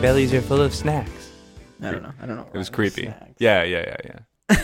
bellies are full of snacks. I don't know. I don't know. It was creepy. Yeah, yeah, yeah,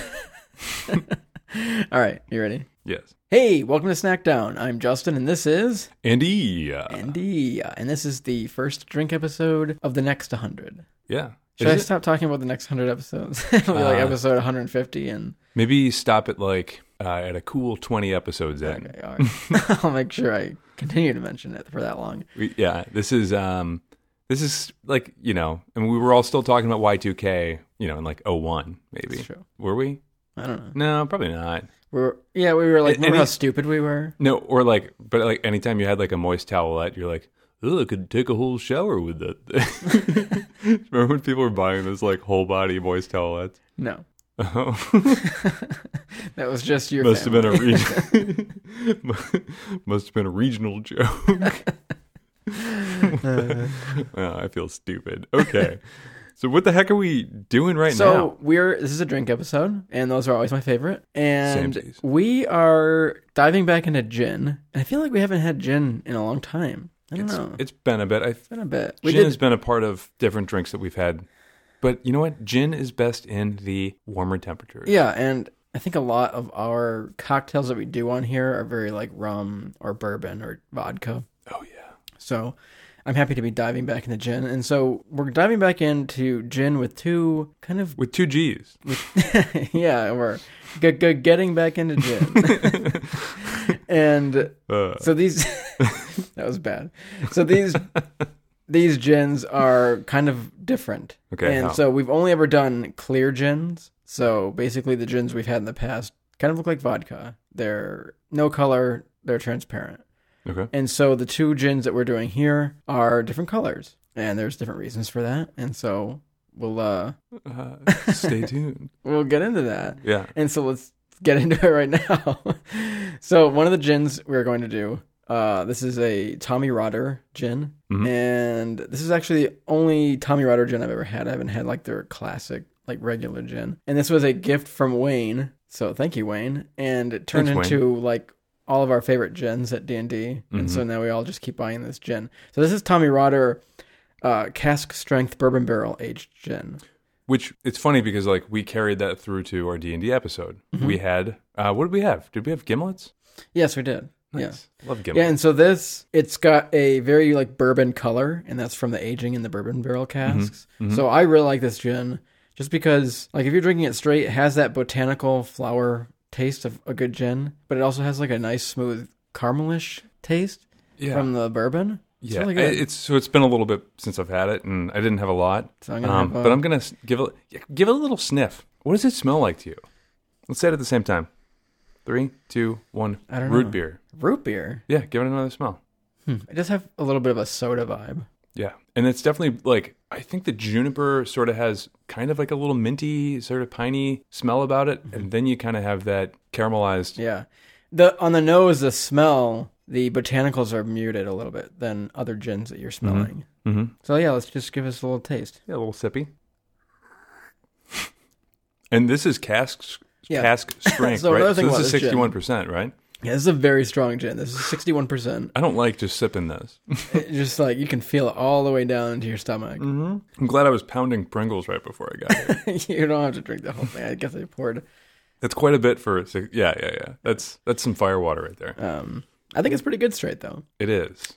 yeah. All right. You ready? Yes. Hey, welcome to Snackdown. I'm Justin, and this is Andy. Andy. Uh, And this is the first drink episode of the next 100. Yeah. Should Is I it- stop talking about the next 100 episodes? It'll be like Uh, episode 150 and. Maybe stop at like uh, at a cool twenty episodes in. Okay, all right. I'll make sure I continue to mention it for that long. We, yeah, this is um, this is like you know, and we were all still talking about Y two K, you know, in like 01 maybe. That's true. Were we? I don't know. No, probably not. We're yeah, we were like, And- remember and how he- stupid we were? No, or like, but like anytime you had like a moist towelette, you're like, oh, I could take a whole shower with that. thing." Remember when people were buying those like whole body moist towelettes? No, Oh. that was just your. must have been family. a region. must have been a regional joke. Uh. Oh, I feel stupid. Okay, so what the heck are we doing right so now? we're this is a drink episode, and those are always my favorite. And Samesies. we are diving back into gin, and I feel like we haven't had gin in a long time. I don't know. It's been a bit. I, been a bit. We gin did. has been a part of different drinks that we've had, but you know what? Gin is best in the warmer temperatures. yeah, and I think a lot of our cocktails that we do on here are very like rum or bourbon or vodka. Oh yeah. So I'm happy to be diving back into gin. And so we're diving back into gin with two kind of With two G's. yeah, we're g- g- getting back into gin. and Uh, so these that was bad. So these these gins are kind of different. Okay, And how? so we've only ever done clear gins. So basically the gins we've had in the past kind of look like vodka. They're no color, they're transparent. okay. And so the two gins that we're doing here are different colors, and there's different reasons for that. And so we'll uh Uh, stay tuned. we'll get into that. Yeah. And so let's get into it right now. so one of the gins we're going to do uh, this is a Tommy Rotter gin, Mhm. and this is actually the only Tommy Rotter gin I've ever had. I haven't had like their classic, like regular gin. And this was a gift from Wayne, so thank you, Wayne. And it turned Thanks, into like all of our favorite gins at D and D, and so now we all just keep buying this gin. So this is Tommy Rotter uh, cask strength bourbon barrel aged gin. Which it's funny because like we carried that through to our D and D episode. Mm-hmm. We had uh, what did we have? Did we have gimlets? Yes, we did. Yeah. Nice. Love Yeah, gimlets. and so this it's got a very like bourbon color, and that's from the aging in the bourbon barrel Mm-hmm. casks. So I really like this gin just because like if you're drinking it straight, it has that botanical flower taste of a good gin, but it also has like a nice smooth caramelish taste Yeah. from the bourbon. It's yeah. really I- good. it's so it's been a little bit since I've had it, and I didn't have a lot. So I'm gonna have uh, a- um, but I'm gonna s- give it yeah, give it a little sniff. What does it smell like to you? Let's say it at the same time. Three, two, one. I don't Root know. beer. Root beer. Yeah. Give it another smell. I just have a little bit of a soda vibe. Yeah. And it's definitely like, I think the juniper sort of has kind of like a little minty, sort of piney smell about it. Mm-hmm. And then you kind of have that caramelized. Yeah. The on the nose, the smell, the botanicals are muted a little bit than other gins that you're smelling. Mm-hmm. So yeah, let's just give us a little taste. Yeah, a little sippy. And this is cask, Yeah. cask strength, So another right? So thing this about is this gin. 61%, right? Yeah, this is a very strong gin. This is sixty-one percent. I don't like just sipping this. Just like you can feel it all the way down into your stomach. I'm glad I was pounding Pringles right before I got it. you don't have to drink the whole thing. I guess I poured. That's quite a bit for, si- yeah, yeah, yeah. That's that's some fire water right there. Um, I think it's pretty good straight though. It is.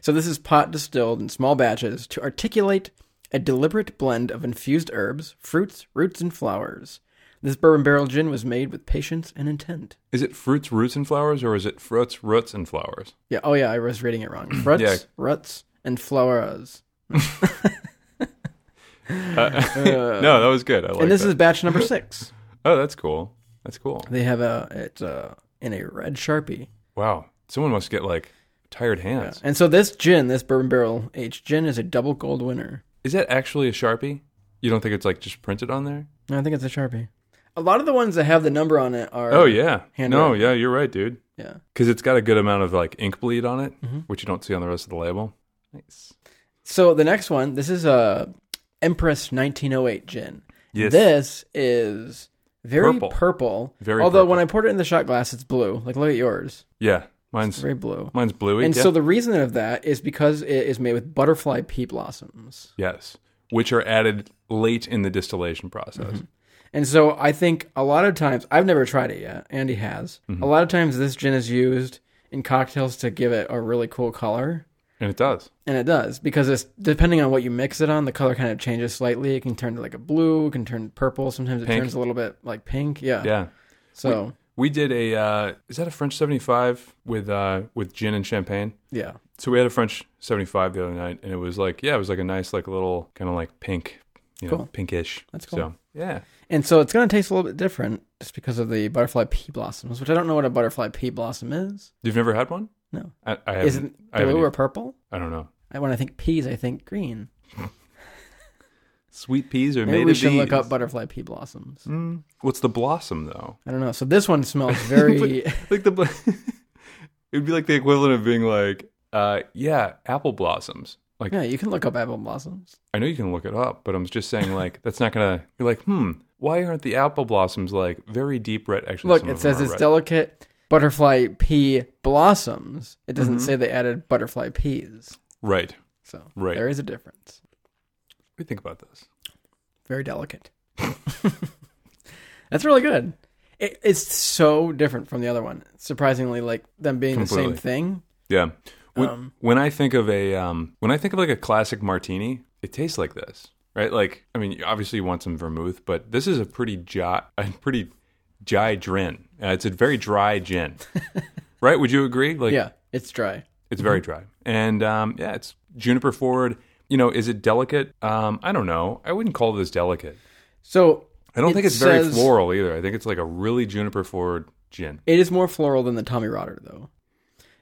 So this is pot distilled in small batches to articulate a deliberate blend of infused herbs, fruits, roots, and flowers. This bourbon barrel gin was made with patience and intent. Is it fruits, roots, and flowers, or is it fruits, roots, and flowers? Yeah. Oh yeah, I was reading it wrong. Fruits, Yeah. Uh, ruts, and flowers. no, that was good. I like Uh, and this that. is batch number six. Oh, that's cool. That's cool. They have a it's uh, in a red sharpie. Uh, Wow. Someone must get like tired hands. And so this gin, this bourbon barrel aged gin, is a double gold winner. Is that actually a Sharpie? You don't think it's like just printed on there? I think it's a sharpie. A lot of the ones that have the number on it are. Oh, yeah. handwritten. No, yeah, you're right, dude. yeah. Because it's got a good amount of like ink bleed on it, Mm-hmm. which you don't see on the rest of the label. Nice. So the next one, this is a Empress 1908 gin. Yes. This is very purple. Purple. Very Although purple. when I poured it in the shot glass, it's blue. Like look at yours. Yeah. It's Mine's very blue. mine's bluey. And yeah. so the reason of that is because it is made with butterfly pea blossoms. yes, which are added late in the distillation process. Mm-hmm. And so I think a lot of times I've never tried it yet. Andy has. Mm-hmm. A lot of times this gin is used in cocktails to give it a really cool color, And it does. and it does because it's depending on what you mix it on, the color kind of changes slightly. It can turn to like a blue, it can turn purple. Sometimes it Pink. turns a little bit like pink. Yeah. Yeah. So We did a uh, is that a French seventy five with uh, with gin and champagne. yeah, So we had a French seventy five the other night, and it was like yeah, it was like a nice like little kind of like pink, you know, Cool. pinkish. That's cool. So yeah, and so it's gonna taste a little bit different just because of the butterfly pea blossoms, which I don't know what a butterfly pea blossom is. you've never had one? No, I, I haven't. isn't I, haven't e- blue or either. purple? I don't know. I- When I think peas, I think green. Sweet peas are Maybe made we of should look these. up butterfly pea blossoms. Mm. What's the blossom though? I don't know. So this one smells very. Like the bl- it would be like the equivalent of being like uh, yeah, apple blossoms. Like yeah, you can look up apple blossoms. I know you can look it up, but I'm just saying like that's not gonna. You're like hmm. Why aren't the apple blossoms like very deep red? Actually, Look, some it of them says are it's red. delicate butterfly pea blossoms. It doesn't Mm-hmm. say they added butterfly peas. Right. What So Right. there is a difference. do you think about this? Very delicate. That's really good. It, it's so different from the other one. Surprisingly, like them being the same Completely. thing. Yeah. When, Um, when I think of a um, when I think of like a classic martini, it tastes like this, right? Like I mean, you obviously you want some vermouth, but this is a pretty dry, a pretty dry gin. Uh, it's a very dry gin, right? Would you agree? Like Yeah, Mm-hmm. it's dry. it's very dry, and um, yeah, it's juniper forward. You know, is it delicate? Um, I don't know. I wouldn't call this delicate. So I don't It think it's very says- floral either. I think it's like a really juniper forward gin. It is more floral than the Tommy Rotter, though.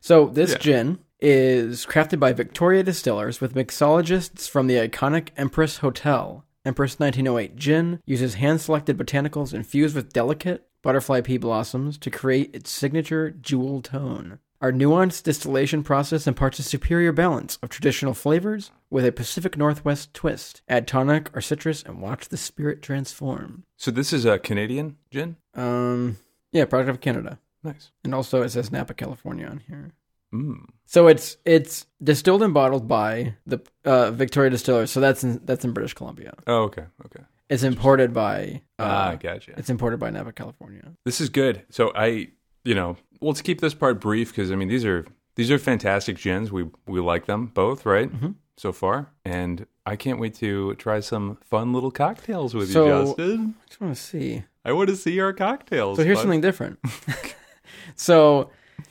So this gin is crafted by Victoria Distillers with mixologists from the iconic Empress Hotel. Empress 1908 gin uses hand-selected botanicals infused with delicate butterfly pea blossoms to create its signature jewel tone. Our nuanced distillation process imparts a superior balance of traditional flavors with a Pacific Northwest twist. Add tonic or citrus and watch the spirit transform. So this is a Canadian gin. Um, yeah, product of Canada. Nice. And also it says Napa, California on here. Mm. So it's it's distilled and bottled by the uh, Victoria Distillers. So that's in that's in British Columbia. Oh, okay. Okay. It's imported by uh, ah, gotcha. it's imported by Napa, California. This is good. So I, you know, let's keep this part brief because I mean these are these are fantastic gins. We we like them both, right? Mm-hmm. So far, and I can't wait to try some fun little cocktails with So- you, Justin. I just want to see. I want to see our cocktails. So here's something different. so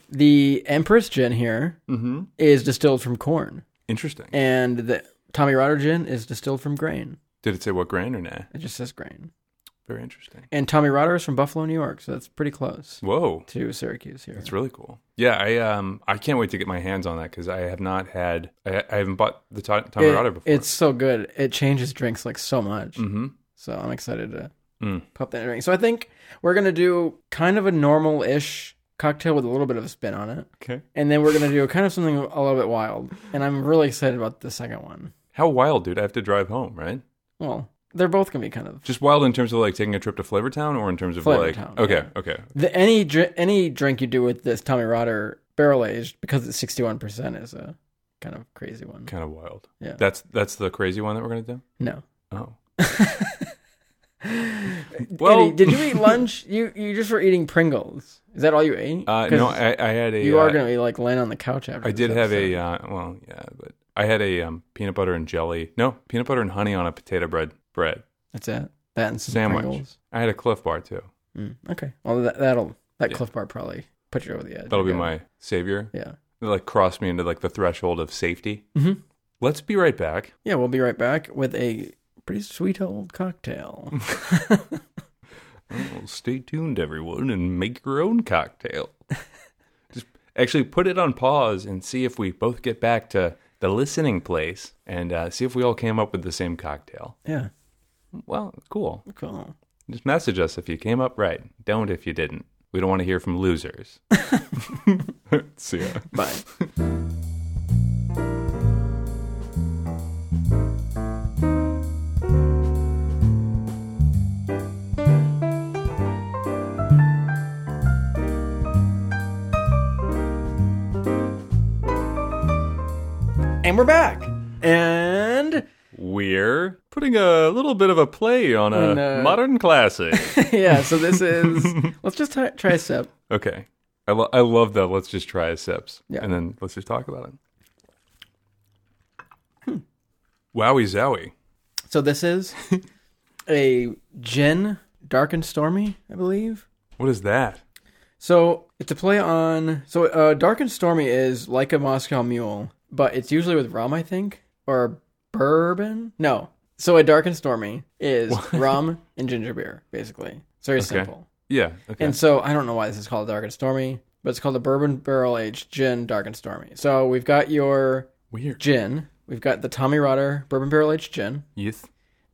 the Empress gin here is hmm distilled from corn, interesting. and the Tommy Rotter gin is distilled from grain. Did it say what grain or nah? It just says grain. Very interesting. And Tommy Rotter is from Buffalo, New York, so that's pretty close Whoa, to Syracuse here. that's really cool. Yeah, I um I can't wait to get my hands on that because I have not had I, I haven't bought the Ta- It- Tamarada before. It's so good. It changes drinks like so much. hmm So I'm excited to Mm. pop that drink. So I think we're gonna do kind of a normal-ish cocktail with a little bit of a spin on it, okay. and then we're gonna do kind of something a little bit wild. And I'm really excited about the second one. How wild, dude! I have to drive home, right? Well, they're both gonna be kind of Just wild in terms of like taking a trip to Flavortown or in terms of like Flavortown, okay, yeah. okay. the, any dr- any drink you do with this Tommy Rotter barrel aged because it's 61 percent is a kind of crazy one. Kind of wild. Yeah. That's that's the crazy one that we're gonna do? No. Oh. Well, Well- Andy, did you eat lunch? You you just were eating Pringles. Is that all you ate? Uh 'Cause no, I, I had a you uh, are gonna be like laying on the couch after. I this did have episode. a uh, well, yeah, but I had a um, peanut butter and jelly. No, peanut butter and honey on a potato bread bread. That's it. That and some uh, Sandwich. Pringles. I had a cliff bar too. Mm, okay. Well, that, that'll that Yeah. Cliff Bar probably put you over the edge. That'll be Yeah. my savior. Yeah. It like crossed me into like the threshold of safety. Mhm. Let's be right back. Yeah. We'll be right back with a pretty sweet old cocktail. Well, stay tuned, everyone, and make your own cocktail. Just actually put it on pause and see if we both get back to the listening place and uh, see if we all came up with the same cocktail. yeah. Well, cool. Cool. Just message us if you came up right. Don't if you didn't. We don't want to hear from losers. see ya. Bye. we're back. And We're putting a little bit of a play on a On, uh, modern classic. yeah, so this is let's just try, try a sip. okay. I, lo- I love that. Let's just try a sips Yeah. and then let's just talk about it. Hmm. Wowie zowie. So this is a gin dark and stormy, I believe. What is that? So it's a play on so uh, dark and stormy is like a Moscow Mule, but it's usually with rum, I think, or bourbon. No, so a dark and stormy is rum and ginger beer, basically. It's very simple. Yeah. Okay. And so I don't know why this is called dark and stormy, but it's called a bourbon barrel aged gin dark and stormy. So we've got your Weird. gin, we've got the Tommy Rotter bourbon barrel aged gin. Yes.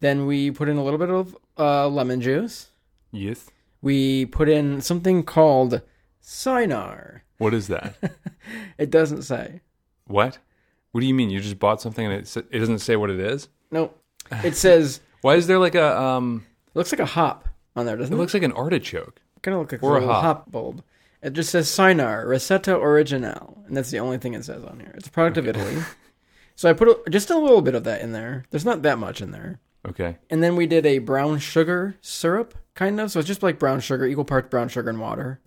Then we put in a little bit of uh, lemon juice. Yes. We put in something called Sinar. What is that? It doesn't say. what? What do you mean? You just bought something and it, sa- it doesn't say what it is? Nope. It says Why is there like a um? looks like a hop on there, doesn't It it? looks like an artichoke. kind of looks like or a a little hop. hop. bulb. It just says Sinar Recetta Original, and that's the only thing it says on here. It's a product of Italy. So I put a, just a little bit of that in there. There's not that much in there. Okay. And then we did a brown sugar syrup, kind of. So it's just like brown sugar, equal parts brown sugar and water.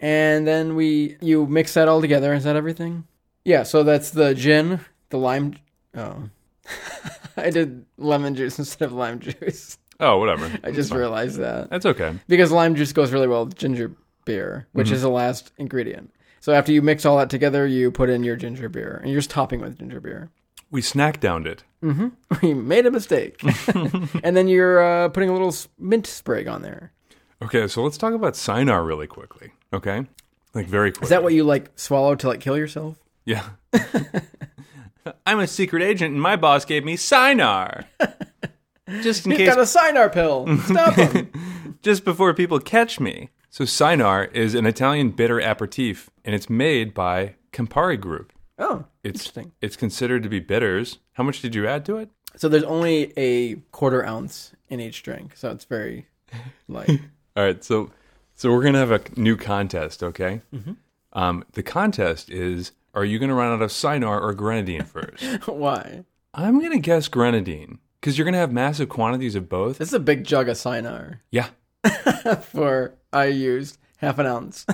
And then we you mix that all together. Is that everything? Yeah. So that's the gin, the lime. Oh, I did lemon juice instead of lime juice. Oh, whatever. I just realized that That's okay. because lime juice goes really well with ginger beer, which is the last ingredient. So after you mix all that together, you put in your ginger beer, and you're just topping with ginger beer. We snack downed it. We made a mistake, and then you're uh, putting a little s- mint sprig on there. Okay, so let's talk about Sinar really quickly. Okay, like very quickly. Is that what you like swallow to like kill yourself? Yeah. I'm a secret agent, and my boss gave me Sinar. Just in He's case, got a Sinar pill. Stop him. just before people catch me. So Sinar is an Italian bitter aperitif, and it's made by Campari Group. oh, It's, Interesting. It's considered to be bitters. How much did you add to it? so there's only a quarter ounce in each drink, so it's very light. All right, so so we're gonna have a new contest, okay? Mm-hmm. Um, the contest is: Are you gonna run out of Sinar or grenadine first? Why? I'm gonna guess grenadine because you're gonna have massive quantities of both. This is a big jug of Sinar. Yeah. For I used half an ounce.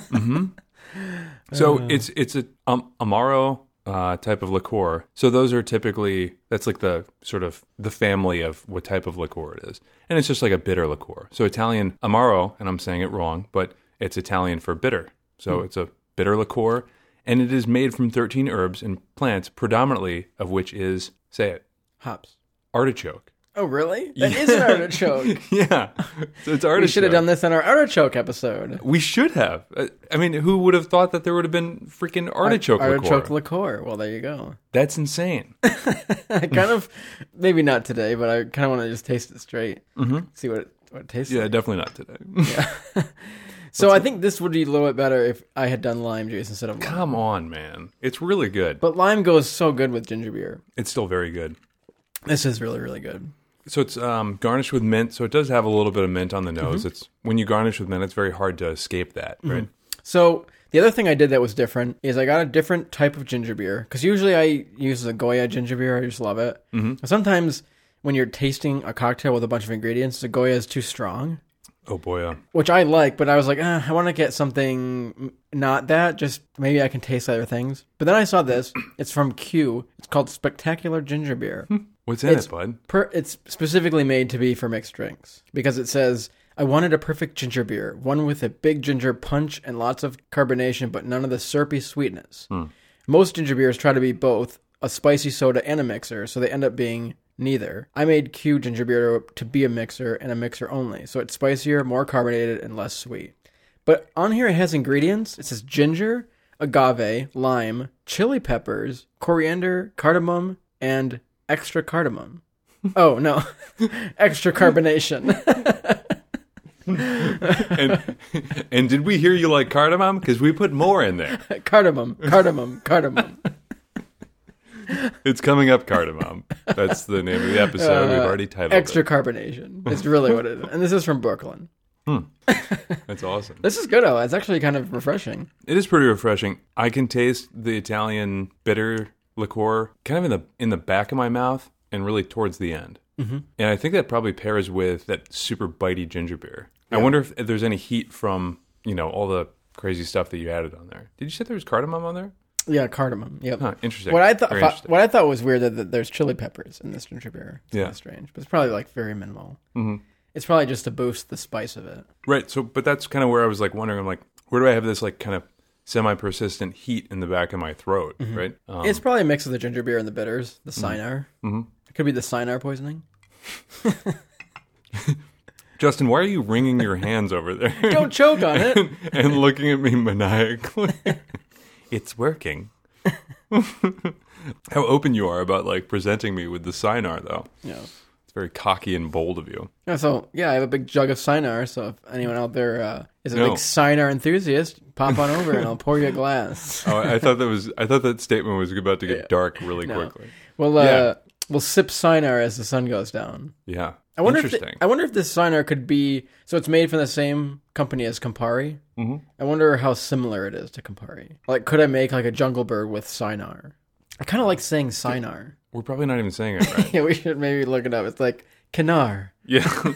Oh. So it's it's a um, amaro uh, type of liqueur. So those are typically that's like the sort of the family of what type of liqueur it is, and it's just like a bitter liqueur. So Italian amaro, and I'm saying it wrong, but it's Italian for bitter. Hmm. So it's a bitter liqueur, and it is made from 13 herbs and plants, predominantly of which is say it Hops. artichoke. Oh, really? That is an artichoke. yeah, so it's artichoke. we should have done this in our artichoke episode. We should have. Uh, I mean, who would have thought that there would have been freaking artichoke, Artichoke liqueur? liqueur. Well, there you go. That's insane. I kind of, maybe not today, but I kind of want to just taste it straight. Mm-hmm. See what it, what it tastes like. yeah, definitely not today. So I think this would be a little bit better if I had done lime juice instead of lime. Come on, man. It's really good. But lime goes so good with ginger beer. It's still very good. This is really really good. So it's um, garnished with mint. So it does have a little bit of mint on the nose. Mm-hmm. It's when you garnish with mint, it's very hard to escape that, right? So the other thing I did that was different is I got a different type of ginger beer because usually I use the Goya ginger beer. I just love it. Mm-hmm. Sometimes when you're tasting a cocktail with a bunch of ingredients, the Goya is too strong, Oh boy, uh, which I like. But I was like, eh, I want to get something m- not that. Just maybe I can taste other things. But then I saw this. It's from Q. It's called Spectacular Ginger Beer. what's in it, bud? Per, it's specifically made to be for mixed drinks because it says, I wanted a perfect ginger beer, one with a big ginger punch and lots of carbonation, but none of the syrupy sweetness. Most ginger beers try to be both a spicy soda and a mixer, so they end up being neither. I made Q ginger beer to be a mixer and a mixer only, so it's spicier, more carbonated, and less sweet. But on here it has ingredients. It says ginger, agave, lime, chili peppers, coriander, cardamom, and extra cardamom. oh no, extra carbonation. And and did we hear you like cardamom? Because we put more in there. cardamom, cardamom, cardamom. It's coming up, cardamom. That's the name of the episode. Oh, We've already titled Extra carbonation. It's really what it Uh, is. And this is from Brooklyn. it. That's awesome. This is good. Oh, it's actually kind of refreshing. It is pretty refreshing. I can taste the Italian bitter liqueur kind of in the in the back of my mouth and really towards the end. Mm-hmm. And I think that probably pairs with that super bitey ginger beer. I wonder if, if there's any heat from you know all the crazy stuff that you added on there. Did you say there was cardamom on there? Yeah, cardamom. Yep. Huh, interesting. What I thought, Very thought- interesting. what I thought was weird that, that there's chili peppers in this ginger beer. It's Yeah. kinda strange, but it's probably like very minimal. Mm-hmm. It's probably just to boost the spice of it. Right. So, but that's kind of where I was like wondering. I'm like, where do I have this like kind of semi-persistent heat in the back of my throat? Right. Um, Mm-hmm. it's probably a mix of the ginger beer and the bitters, the cynar. Mm-hmm. It could be the cynar poisoning. Justin, why are you wringing your hands over there Don't choke on it. and looking at me maniacally? it's working. How open you are about like presenting me with the sinar, though. yeah. It's very cocky and bold of you. Yeah, So yeah, I have a big jug of cynar. So if anyone out there uh, is a No. big cynar enthusiast, pop on over and I'll pour you a glass. Oh, I I thought that was. I thought that statement was about to get dark really No. quickly. We'll uh, Yeah. we'll sip cynar as the sun goes down. Yeah. I wonder if Interesting. the- I wonder if this signer could be so it's made from the same company as Campari. Mm-hmm. I wonder how similar it is to Campari. Like, could I make like a Jungle Bird with Sinar? I kind of like saying Sinar. We're probably not even saying it right. yeah, we should maybe look it up. It's like Canar. yeah.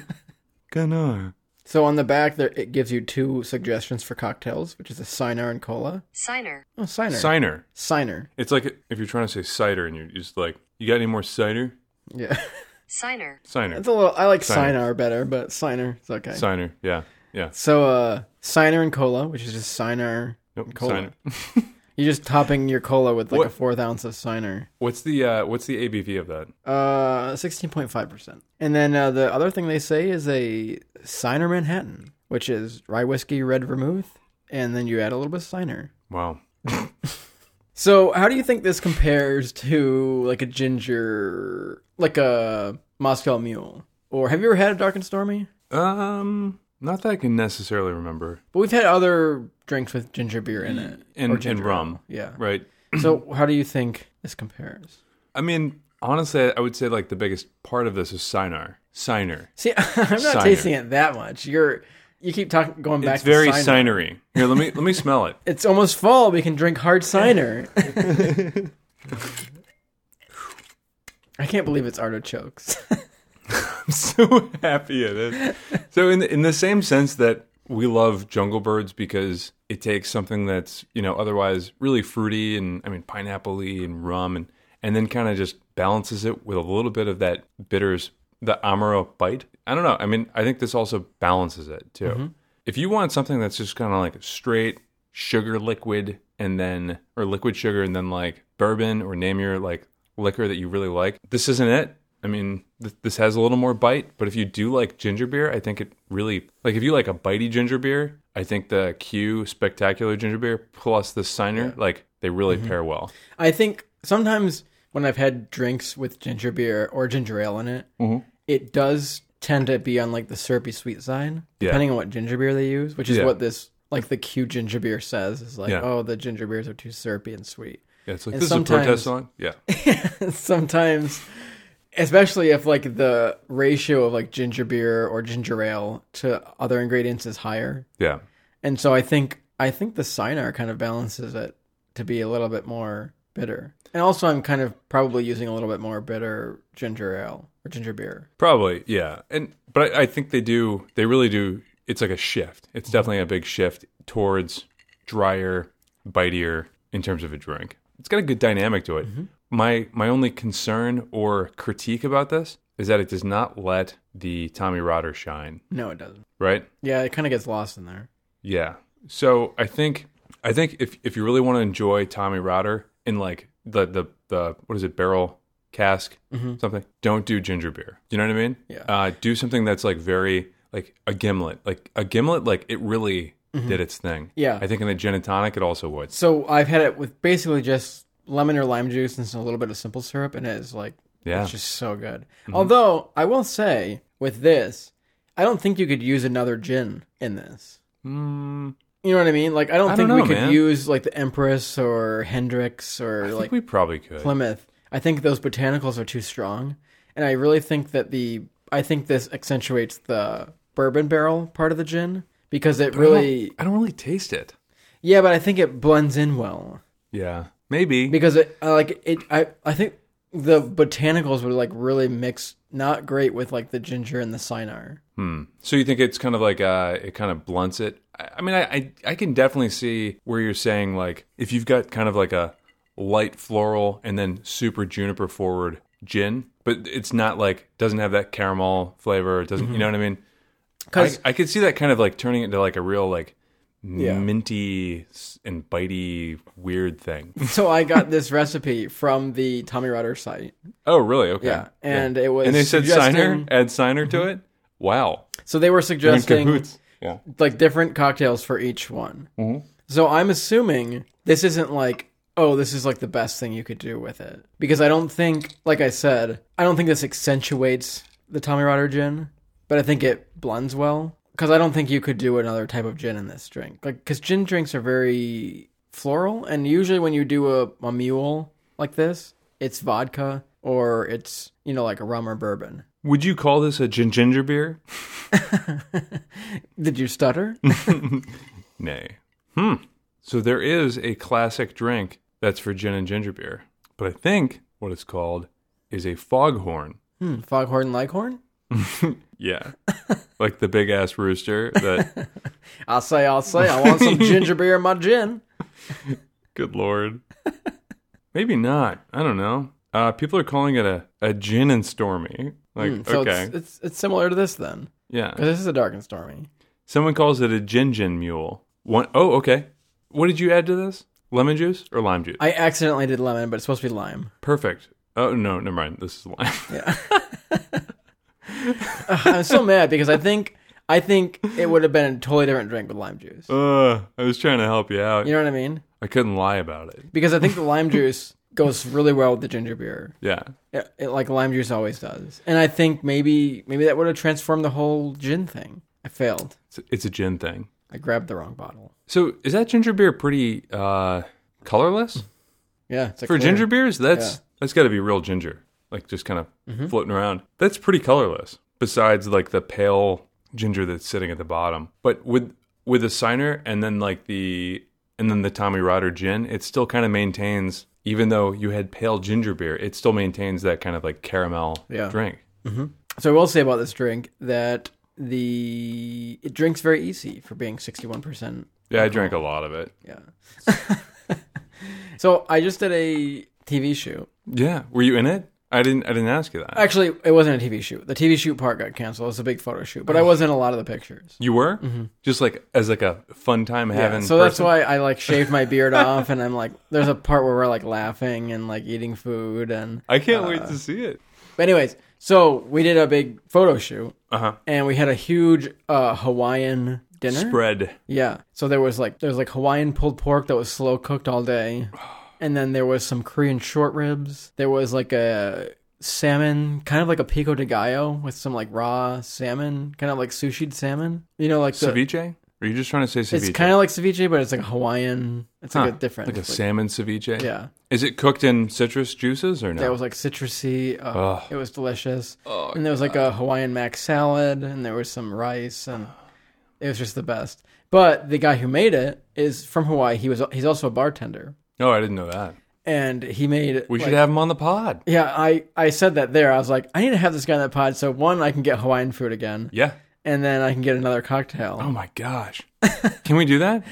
Ganar. So on the back there, it gives you two suggestions for cocktails, which is a Sinar and cola. Signer. Oh, Sinar. Siner. Sinar. It's like if you're trying to say cider and you're just like, you got any more cider? Yeah, Signer. Ciner. it's a little. I like Sinar. Sinar better, but Sinar it's okay. Ciner. Yeah. Yeah. so uh, Sinar and cola, which is just Sinar. Nope. Cola. Ciner. You're just topping your cola with like a What- fourth ounce of Siner. What's the uh, what's the ABV of that? Uh, sixteen point five percent. And then uh, the other thing they say is a Siner Manhattan, which is rye whiskey, red vermouth, and then you add a little bit of Siner. Wow. So, how do you think this compares to like a ginger, like a Moscow Mule, or have you ever had a Dark and Stormy? Um, not that I can necessarily remember. But we've had other drinks with ginger beer in it And- or and ginger rum. ale. Yeah. Right. So, how do you think this compares? I mean, honestly, I would say like the biggest part of this is Sinar. Siner. See, I'm not Siner. tasting it that much. You're you keep talking going back It's to very Siner. sinery. Here, let me let me smell it. It's almost fall. We can drink hard cider. I can't believe it's artichokes. I'm so happy it is. So in in the same sense that we love jungle birds because it takes something that's you know otherwise really fruity and I mean pineappley and rum and and then kind of just balances it with a little bit of that bitters the amaro bite. I don't know. I mean, I think this also balances it too. If you want something that's just kind of like straight sugar liquid and then or liquid sugar and then like bourbon or name your like liquor that you really like, this isn't it. I mean, th- this has a little more bite, but if you do like ginger beer, I think it really like if you like a bitey ginger beer, I think the Q spectacular ginger beer plus the Siner, like they really Mm-hmm. pair well. I think sometimes when I've had drinks with ginger beer or ginger ale in it, Mm-hmm. it does tend to be on like the syrupy sweet side, Yeah. depending on what ginger beer they use, which is Yeah. what this like the Q ginger beer says is like, Yeah. oh, the ginger beers are too syrupy and sweet. Yeah, it's like And this is a sometimes- protest song. Yeah, sometimes especially if like the ratio of like ginger beer or ginger ale to other ingredients is higher yeah, and so i think i think the sinar kind of balances it to be a little bit more bitter and also i'm kind of probably using a little bit more bitter ginger ale or ginger beer probably yeah. And but I, I think they do. They really do. It's like a shift. It's definitely a big shift towards drier, bitier in terms of a drink. It's got a good dynamic to it. My my only concern or critique about this is that it does not let the Tommy Rotter shine. no it doesn't right? yeah it kind of gets lost in there Yeah. So I think I think if if you really want to enjoy Tommy Rotter in like the the the what is it barrel cask something, don't do ginger beer. Do you know what I mean? Mm-hmm. Yeah. Uh, do something that's like very like a gimlet, like a gimlet, like it really did its thing. Mm-hmm. Yeah. I think in the gin and tonic, it also would. so i've had it with basically just lemon or lime juice and a little bit of simple syrup and it is like Yeah. Mm-hmm. It's just so good. Although I will say with this, I don't think you could use another gin in this. Mm, You know what I mean? Like I don't I think don't know, we could man. use like the Empress or Hendrix or I like think we probably could. Plymouth. I think those botanicals are too strong, and I really think that the I think this accentuates the bourbon barrel part of the gin because it I don't- really I don't really taste it. yeah, but I think it blends in well. Yeah. Maybe. because it I like it. I I think the botanicals would like really mix not great with like the ginger and the cynar. Hmm. So you think it's kind of like uh, it kind of blunts it? I I mean, I, I I can definitely see where you're saying like if you've got kind of like a light floral and then super juniper forward gin, but it's not like doesn't have that caramel flavor. It doesn't, you know what I mean? Mm-hmm. 'Cause- I, I could see that kind of like turning it into like a real like Yeah. minty s- and bitey weird thing. So I got this recipe from the Tommy Rotter site. oh, really? Okay. Yeah, and it was And they said suggesting- Mm-hmm. signer, add signer to it. Wow. So they were They're in suggesting cahoots. Yeah. like different cocktails for each one. So I'm assuming this isn't like, oh, this is like the best thing you could do with it. Because I don't think, like I said, I don't think this accentuates the Tommy Rotter gin, but I think it blends well. Because I don't think you could do another type of gin in this drink. Like, because gin drinks are very floral, and usually when you do a, a mule like this, it's vodka or it's, you know, like a rum or bourbon. Would you call this a gin ginger beer? Did you stutter? Nay. Hmm. So there is a classic drink that's for gin and ginger beer, but I think what it's called is a foghorn. hmm, foghorn, leghorn? Yeah, like the big ass rooster. That I'll say, I'll say, I want some ginger beer in my gin. good lord. Maybe not. I don't know. Uh, people are calling it a, a gin and stormy. Like Mm, so okay, it's, uh, it's it's similar to this then, yeah. because this is a dark and stormy. Someone calls it a gin gin mule. One oh okay. What did you add to this? Lemon juice or lime juice? I accidentally did lemon, but it's supposed to be lime. Perfect. Oh no, never mind. This is lime. Yeah. I'm so mad because I think I think it would have been a totally different drink with lime juice. Uh, I was trying to help you out. You know what I mean? I couldn't lie about it. Because I think the lime juice goes really well with the ginger beer, Yeah. it, it, like lime juice always does. And I think maybe maybe that would have transformed the whole gin thing. I failed. It's, it's a gin thing. I grabbed the wrong bottle. So is that ginger beer pretty uh, colorless? Yeah, it's a For clear- ginger beers, that's that's got to be real ginger, like just kind of Mm-hmm. floating around. That's pretty colorless. Besides like the pale ginger that's sitting at the bottom, but with with a signer and then like the and then the Tommy Rotter gin, it still kind of maintains. Even though you had pale ginger beer, it still maintains that kind of like caramel Yeah. drink. So I will say about this drink that the it drinks very easy for being 61%. Yeah, I drank a lot of it. Yeah. so I just did a TV shoot. Yeah, were you in it? I didn't. I didn't ask you that. Actually, it wasn't a TV shoot. The TV shoot part got canceled. It was a big photo shoot, but I was in a lot of the pictures. You were just like as like a fun time having. Mm-hmm. so that's person? why I like shaved my beard off, and I'm like, there's a part where we're like laughing and like eating food, and I can't Uh, wait to see it. but anyways, so we did a big photo shoot, Uh huh. and we had a huge uh, Hawaiian dinner. Spread. Yeah. So there was like there was like Hawaiian pulled pork that was slow cooked all day, and then there was some Korean short ribs. There was like a salmon, kind of like a pico de gallo with some like raw salmon, kind of like sushied salmon. You know, like the, ceviche? Are you just trying to say ceviche? it's kind of like ceviche, but it's like Hawaiian. It's like Huh. a different. like a it's like- salmon ceviche. yeah. Is it cooked in citrus juices or no? That was like citrusy. Oh, Ugh. It was delicious. Oh, and there was like a Hawaiian mac salad, and there was some rice, and it was just the best. But the guy who made it is from Hawaii. He was he's also a bartender. no, Oh, I didn't know that. and he made We like- should have him on the pod. yeah i i said that there i was like i need to have this guy in the pod so one i can get hawaiian food again Yeah. and then i can get another cocktail Oh my gosh. Can we do that?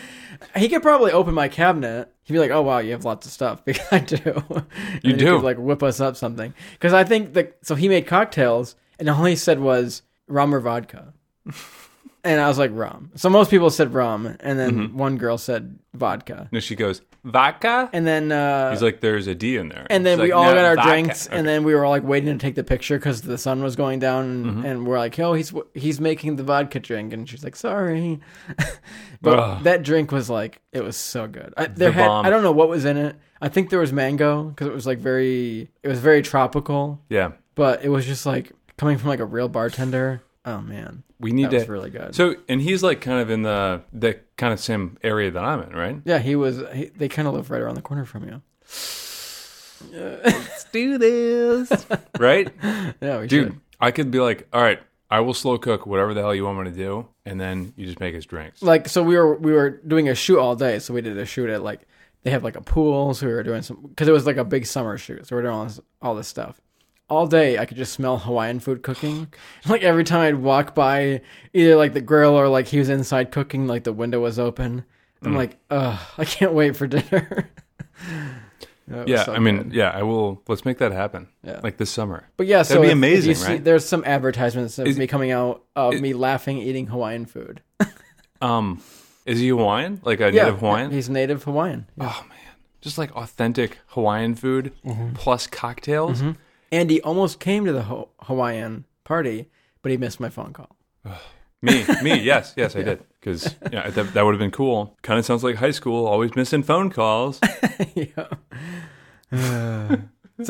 he could probably open my cabinet he'd be like oh wow you have lots of stuff because i do And You he do. could, like whip us up something because i think that so he made cocktails and all he said was rum or vodka and i was like rum so most people said rum and then Mm-hmm. one girl said vodka No, she goes vodka. and then uh He's like, there's a D in there. And then She's we like, all "No, got our vodka." drinks, and then we were like waiting to take the picture because the sun was going down, and, Mm-hmm. and we're like, "Oh, he's he's making the vodka drink," and she's like, "Sorry," but Ugh. that drink was like it was so good. I, there The had bomb. I don't know what was in it. I think there was mango because it was like very it was very tropical, Yeah. but it was just like coming from like a real bartender. Oh man, We need that was to. really good. So, and he's like kind of in the the kind of same area that I'm in, right? yeah, he was. He, they kind of live right around the corner from you. do this. right? Yeah, we Dude, should. I could be like, all right, I will slow cook whatever the hell you want me to do, and then you just make us drinks. like so we were we were doing a shoot all day so we did a shoot at like They have like a pool, so we were doing some because it was like a big summer shoot, so we were doing all this, all this stuff. All day, I could just smell Hawaiian food cooking. like every time I'd walk by, either like the grill or like he was inside cooking, like the window was open. Mm. I'm like, ugh, I can't wait for dinner. That was Yeah, so I mean, good. yeah, I will. Let's make that happen. Yeah. Like this summer. But yeah, so be if- if you amazing, right? There's some advertisements of Is- me coming out of me laughing eating Hawaiian food. Um, is he Hawaiian? Like a native Hawaiian? He's native Hawaiian, Yeah. Oh man, just like authentic Hawaiian food Mm-hmm. plus cocktails. and he almost came to the Ho- Hawaiian party, but he missed my phone call. Me, me, yes, yes, I did. Because yeah, that, that would have been cool. Kind of sounds like high school, always missing phone calls. yeah. so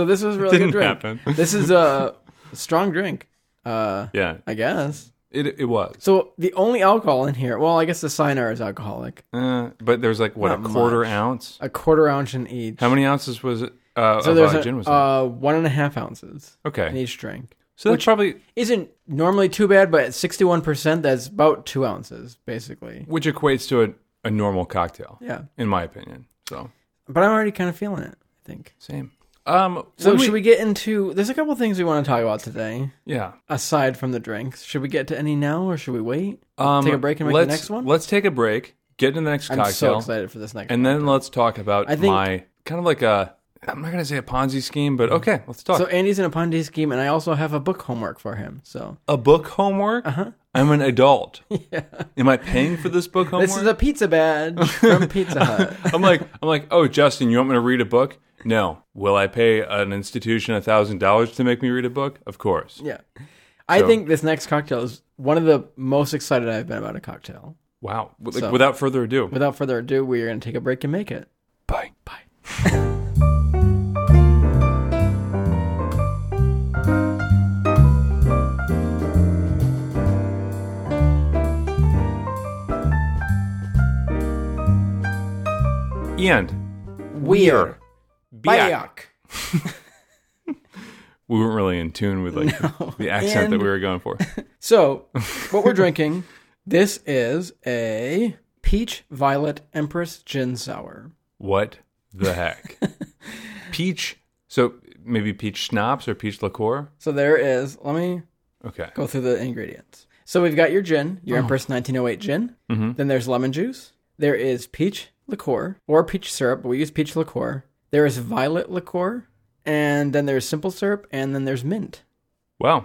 this was a really Didn't good drink. happen. This is a strong drink, uh, Yeah, I guess. it it was. So the only alcohol in here, well, I guess the Sinar is alcoholic. Uh, but there's like what a Not quarter much. ounce. A quarter ounce in each. How many ounces was it? Uh, So of there's uh, a- gin was in it? uh, one and a half ounces in okay. each drink. So that's probably Isn't normally too bad, but at 61%, that's about two ounces, basically. which equates to a, a normal cocktail, Yeah. in my opinion. So But I'm already kind of feeling it, I think. same. Um, So when we- should we get into. There's a couple things we want to talk about today, yeah. aside from the drinks. Should we get to any now, or should we wait? Um, Take a break and make the let's, next one? Let's take a break. Get into the next I'm so cocktail, excited for this next and one. then let's talk about I think- my kind of like a. I'm not gonna say a Ponzi scheme, but okay, let's talk. So Andy's in a Pondy scheme, and I also have a book homework for him. So a book homework. Uh-huh. I'm an adult. Am I paying for this book homework? this is a pizza badge from Pizza Hut. I'm like, I'm like, oh, Justin, you want me to read a book? No. Will I pay an institution a thousand dollars to make me read a book? Of course. Yeah. I So- think this next cocktail is one of the most excited I've been about a cocktail. Wow. Like, So- Without further ado, Without further ado, we are going to take a break and make it. bye. Bye. And We're back. we weren't really in tune with like the accent that And- we were going for. So, what we're drinking, this is a peach violet empress gin sour. What the heck? peach. So maybe peach schnapps or peach liqueur. So there is, let me Okay. go through the ingredients. So we've got your gin, Oh. your Empress 1908 gin. Mm-hmm. Then there's lemon juice. There is peach liqueur or peach syrup, but we use peach liqueur. There is violet liqueur, and then there's simple syrup, and then there's mint. Wow.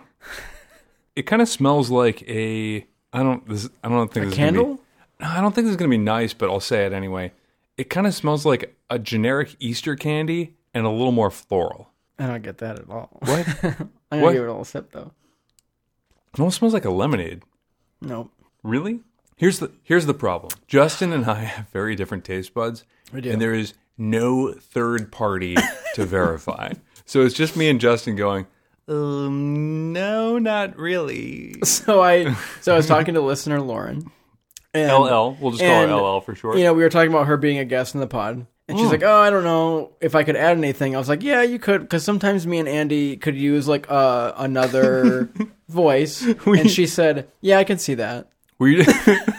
It kind of smells like a. I don't. This. I don't A think. this is candle? Gonna be, No, I don't think this is gonna be nice, but I'll say it anyway. It kind of smells like a generic Easter candy and a little more floral. I don't get that at all. What? I'm What? gonna give it a little sip though. it almost smells like a lemonade. Nope. Really? Here's the here's the problem. Justin and I have very different taste buds, We do. and there is no third party to verify. So it's just me and Justin going. Um, no, not really. So I so I was talking to listener Lauren. And, LL. We'll just and, call her LL for short. Hmm. You know, we were talking about her being a guest in the pod. And she's like, "Oh, I don't know if I could add anything." I was like, "Yeah, you could, because sometimes me and Andy could use like uh, another voice." and she said, "Yeah, I can see that." Were you?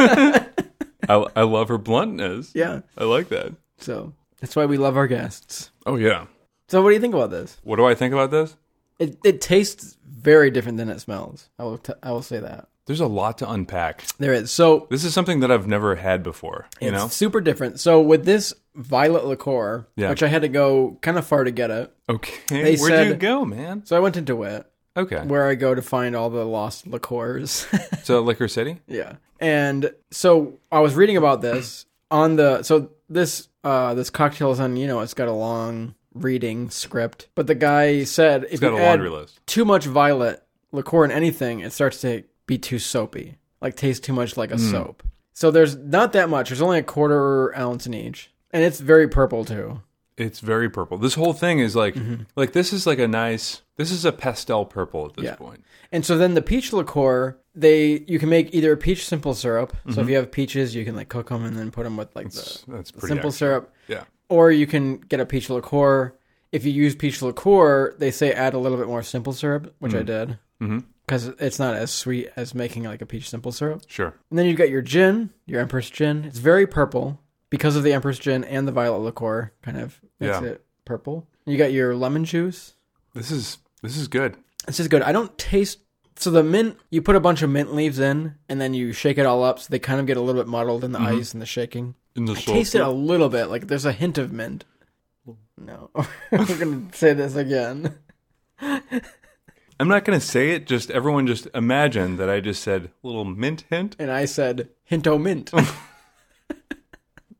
I, I love her bluntness. Yeah, I like that. so that's why we love our guests. Oh yeah. So, what do you think about this? What do I think about this? It it tastes very different than it smells. I will t- I will say that There's a lot to unpack. there is so This is something that I've never had before. You it's know? super different. So with this violet liqueur, Yeah. which I had to go kind of far to get it, Okay. Where'd you said- go, man? so I went to DeWitt, Okay. where I go to find all the lost liqueurs. So Liquor City. Yeah. And so I was reading about this on the so this uh this cocktail is on you know it's got a long reading script, but the guy said if Got you a add laundry list. too much violet liqueur in anything, it starts to be too soapy, like taste too much like a Hmm. soap. So there's not that much. There's only a quarter ounce in each, and it's very purple too. It's very purple. This whole thing is like Mm-hmm. like this is like a nice this is a pastel purple at this Yeah. point. And so then the peach liqueur, they you can make either a peach simple syrup. So Mm-hmm. if you have peaches, you can like cook them and then put them with like the That's, that's pretty simple ac- syrup. Yeah. or you can get a peach liqueur. If you use peach liqueur, they say add a little bit more simple syrup, which I did Mhm. because it's not as sweet as making like a peach simple syrup. Sure. And then you've got your gin, your Empress gin. It's very purple. because of the Empress gin and the violet liqueur kind of makes Yeah. it purple. You got your lemon juice. This is this is good. This is good. I don't taste so the mint. You put a bunch of mint leaves in, and then you shake it all up, so they kind of get a little bit muddled in the ice and the shaking. In the I taste it a little bit. Like there's a hint of mint. No, we're gonna say this again. I'm not gonna say it. Just everyone, just imagine that I just said little mint hint. And I said hinto mint.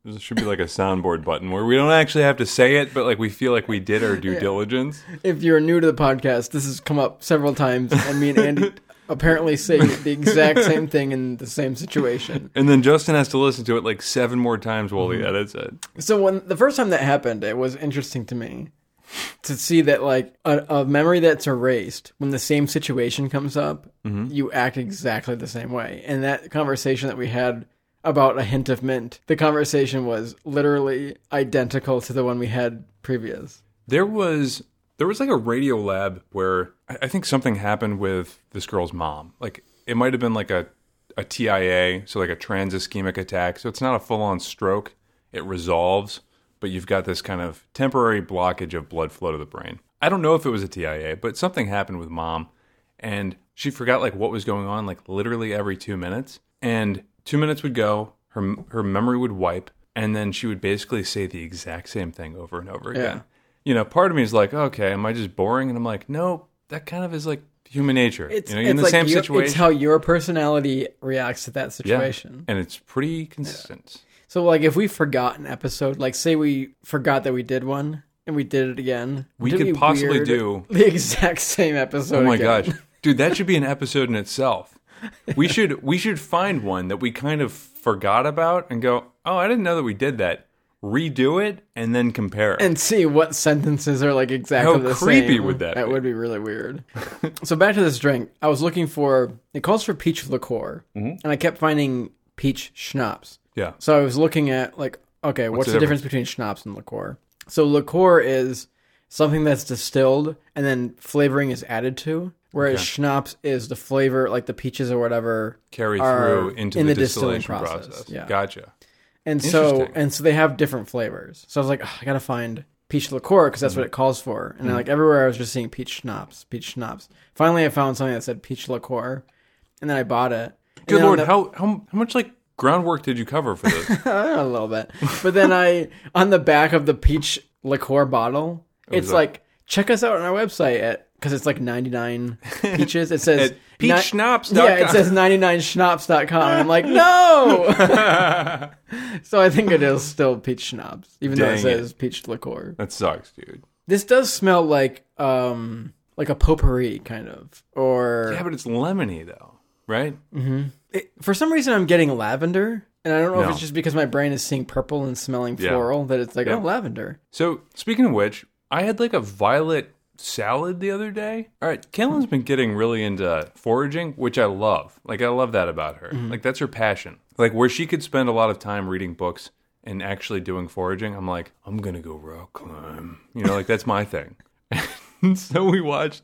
There should be like a soundboard button where we don't actually have to say it, but like we feel like we did our due diligence. if you're new to the podcast, this has come up several times, and me and Andy apparently say the exact same thing in the same situation. And then Justin has to listen to it like seven more times while he edits it. So when the first time that happened, it was interesting to me to see that like a, a memory that's erased when the same situation comes up, Mm-hmm. you act exactly the same way. And that conversation that we had about a hint of mint, the conversation was literally identical to the one we had previous. There was there was like a radio lab where I I think something happened with this girl's mom. Like it might have been like a a TIA, so like a trans ischemic attack. So it's not a full on stroke. It resolves, but you've got this kind of temporary blockage of blood flow to the brain. I don't know if it was a TIA, but something happened with mom and she forgot like what was going on like literally every 2 minutes and 2 minutes would go, her her memory would wipe and then she would basically say the exact same thing over and over again Yeah. you know, part of me is like, okay, am I just boring? And I'm like, no, that kind of is like human nature. It's, you know, in it's the like same your- situation. It's how your personality reacts to that Yeah. situation. And it's pretty consistent. So like if we forgot an episode, like say we forgot that we did one and we did it again, We it'd could be possibly weird do- the exact same episode. Oh my again. gosh. Dude, that should be an episode in itself. We should we should find one that we kind of forgot about and go, Oh, I didn't know that we did that. Redo it and then compare it. And see what sentences are like exactly How the creepy same. would that That be? would be really weird. so back to this drink, I was looking for it calls for peach liqueur, Mm-hmm. and I kept finding peach schnapps. yeah. So I was looking at like, okay, what's, the the, difference? between schnapps and liqueur? So liqueur is something that's distilled and then flavoring is added to, whereas schnapps is the flavor, like the peaches or whatever. Carry are through into in the, the distilling distillation process. process. Yeah. Gotcha. And so Interesting. and so they have different flavors. So I was like, "Ugh, I gotta find peach liqueur because that's Mm. what it calls for. And then, like everywhere, I was just seeing peach schnapps, peach schnapps. Finally, I found something that said peach liqueur, and then I bought it. And Good then on lord, the- how, how how much like groundwork did you cover for this? a little bit. But then I on the back of the peach liqueur bottle, it's that? like check us out on our website at because it's like 99 peaches. It says At peachschnaps.com. Yeah, it says 99schnaps.com. And I'm like, "No!" so I think it is still peach schnapps even though Dang it it. says peach liqueur. that sucks, dude. This does smell like um like a potpourri kind of or Yeah, but it's lemony though, right? it, for some reason I'm getting lavender. And I don't know if No. it's just because my brain is seeing purple and smelling Yeah. floral that it's like, oh, lavender. So speaking of which, I had like a violet salad the other day. All right, Kaylin's been getting really into foraging, which I love. Like I love that about her. Like that's her passion. Like where she could spend a lot of time reading books and actually doing foraging, I'm like, I'm gonna go rock climb. You know, like that's my thing. And so we watched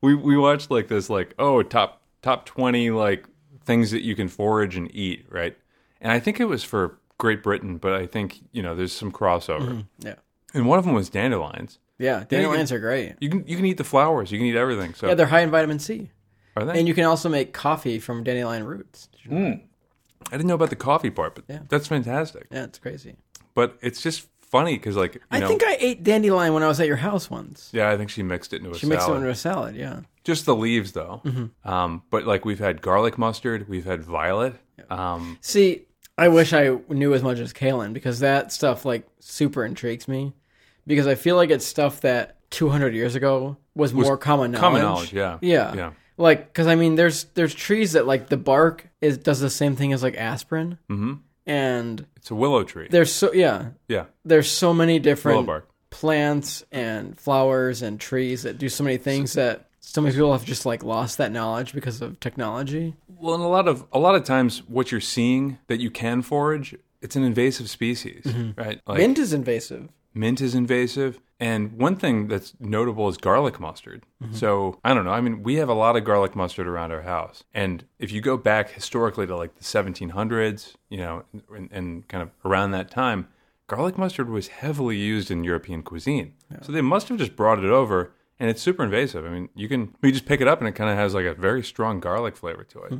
we we watched like this like oh top top 20 like things that you can forage and eat, right? And I think it was for Great Britain, but I think, you know, there's some crossover Yeah. and one of them was dandelions. Yeah, dandelions are great. You can you can eat the flowers. You can eat everything. So Yeah, they're high in vitamin C. are they? And you can also make coffee from dandelion roots. Did you know? I didn't know about the coffee part, but that's fantastic. Yeah, it's crazy. But it's just funny because like you I know, think I ate dandelion when I was at your house once. yeah, I think she mixed it into a She salad. makes it into a Mm-hmm. salad, yeah. just the leaves though. Um, but like we've had garlic mustard, we've had violet. Um, See, I wish I knew as much as Kalen because that stuff like super intrigues me because I feel like it's stuff that 200 years ago was, more common knowledge. common knowledge, yeah, Yeah. yeah. Like, because I mean, there's there's trees that like the bark is does the same thing as like aspirin, mm-hmm. and It's a willow tree. there's so yeah, Yeah, there's so many willow different bark. plants and flowers and trees that do so many things that so many people have just like lost that knowledge because of technology. Well, and a lot of a lot of times, what Mm-hmm. you're seeing that you can forage, it's an invasive species, right? Like, Mint is invasive. Mint is invasive. And one thing that's notable is garlic mustard. So I don't know. I mean, we have a lot of garlic mustard around our house. And if you go back historically to like the 1700s, you know, and, and kind of around that time, garlic mustard was heavily used in European cuisine. So they must have just brought it over. And it's super invasive. I mean, you can you just pick it up and it kind of has like a very strong garlic flavor to it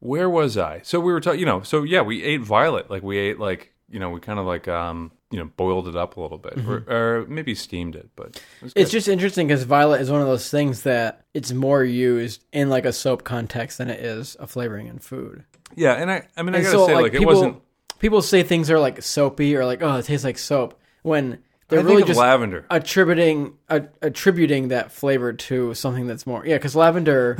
where was I? So we were talking, you know, so yeah, we ate violet. Like we ate like, you know, we kind of like, um, you know, boiled it up a little bit Mm-hmm. or, or maybe steamed it, but it was It's good. just interesting because violet is one of those things that it's more used in like a soap context than it is a flavoring in food. yeah. And I, I mean, I And gotta so say like, like, it people, wasn't, people say things are like soapy or like oh it tastes like soap when they're I really think of just lavender. attributing a, attributing that flavor to something that's more yeah because lavender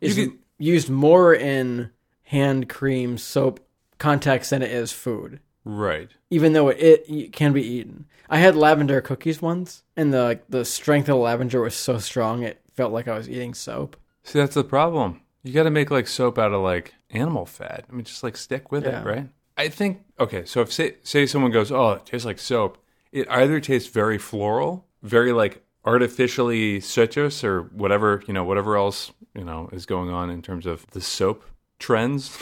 is could- used more in hand cream soap context than it is food right. even though it, it y- can be eaten. I had lavender cookies once, and the like, the strength of the lavender was so strong it felt like I was eating soap. See, that's the problem. You got to make like soap out of like animal fat. I mean, just like stick with Yeah. it, right? I think okay. So if say say someone goes, "Oh, it tastes like soap," it either tastes very floral, very like artificially citrus or whatever you know, whatever else you know is going on in terms of the soap trends,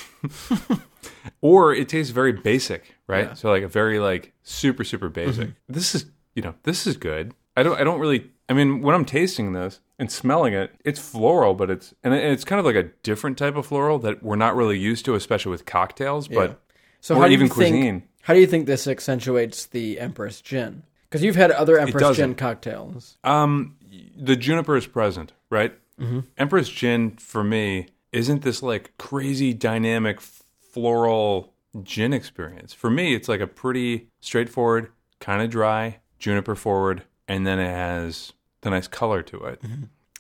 or it tastes very basic, right? So like a very like super super basic. This is you know this is good. I don't I don't really. I mean, when I'm tasting this and smelling it, it's floral, but it's and it- it's kind of like a different type of floral that we're not really used to, especially with cocktails. But So Or how do even you think, cuisine. How do you think this accentuates the Empress Gin? Because you've had other Empress Gin doesn't. cocktails. Um, the juniper is present, right? Mm-hmm. Empress gin for me isn't this like crazy dynamic floral gin experience. For me, it's like a pretty straightforward, kind of dry juniper forward, and then it has the nice color to it.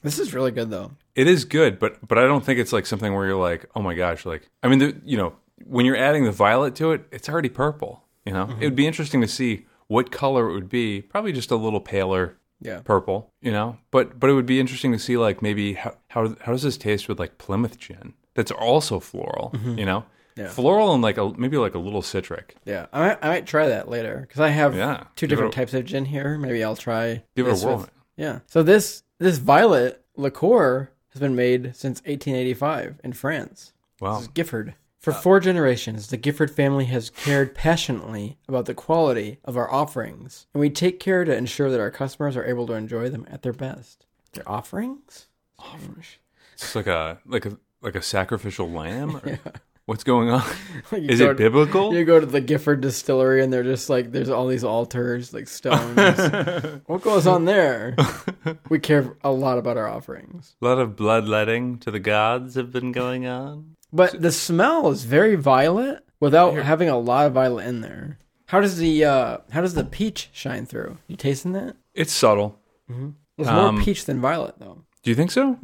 This is really good though. It is good, but but I don't think it's like something where you're like, oh my gosh, like I mean, the, you know, when you're adding the violet to it, it's already purple. You know, it would be interesting to see what color it would be. Probably just a little paler Yeah. purple, you know. But but it would be interesting to see like maybe how how, how does this taste with like Plymouth gin that's also floral, you know, Mm-hmm. Yeah. floral and like a maybe like a little citric. Yeah, I might, I might try that later because I have Yeah, two give different it a- types of gin here. Maybe I'll try Give it a this whirl. with- yeah. So this this violet liqueur has been made since 1885 in France. Wow, This is Gifford. For Uh, four generations, the Gifford family has cared passionately about the quality of our offerings, and we take care to ensure that our customers are able to enjoy them at their best. Their offerings? Offerings. it's like a like a like a sacrificial lamb. Or What's going on? You Is go it to- biblical? You go to the Gifford distillery, and they're just like, there's all these altars, like stones. what goes on there? we care a lot about our offerings. A lot of bloodletting to the gods have been going on. But the smell is very violet without having a lot of violet in there. How does the uh, how does the peach shine through? You tasting that? It's subtle. It's Um, more peach than violet, though. Do you think so?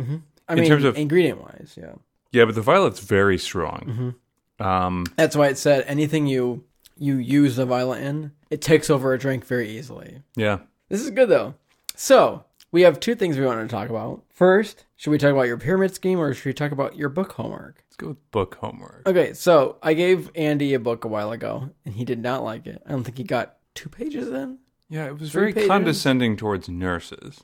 I in mean, terms of- ingredient wise, yeah. Yeah, but the violet's very strong. Mm-hmm. Um, That's why it said anything you you use the violet in, it takes over a drink very easily. yeah. This is good though. So we have two things we wanted to talk about. First, should we talk about your pyramid scheme or should we talk about your book homework? Let's go with book homework. Okay, so I gave Andy a book a while ago, and he did not like it. I don't think he got two pages in. Yeah, it was Three very pages. condescending towards nurses.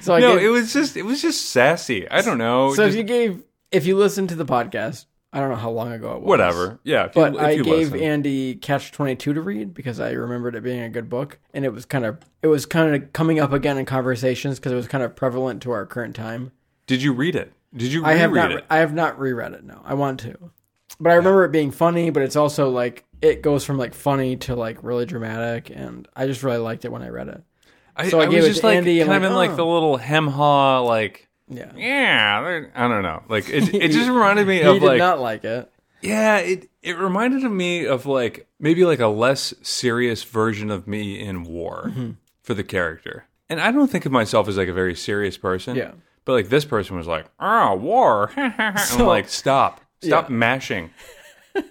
So I no, gave, it was just it was just sassy. I don't know. so if just- you gave if you listened to the podcast, I don't know how long ago it was. whatever. Yeah, if you- But if I you gave listen. Andy Catch Twenty Two to read because I remembered it being a good book, and it was kind of it was kind of coming up again in conversations because it was kind of prevalent to our current time. Did you read it? Did you I have reread not it? I have not reread it. No, I want to, but I remember it being funny. But it's also like it goes from like funny to like really dramatic, and I just really liked it when I read it. I, so I I gave it was just to like Andy, I'm kind of like, in like oh. the little hem haw like Yeah, yeah. there- I don't know. Like it, it just reminded me he of did like not like it. Yeah, it it reminded of me of like maybe like a less serious version of me in war Mm-hmm. for the character. And I don't think of myself as like a very serious person. Yeah. But like this person was like, oh, war. and I'm like, stop. Stop mashing.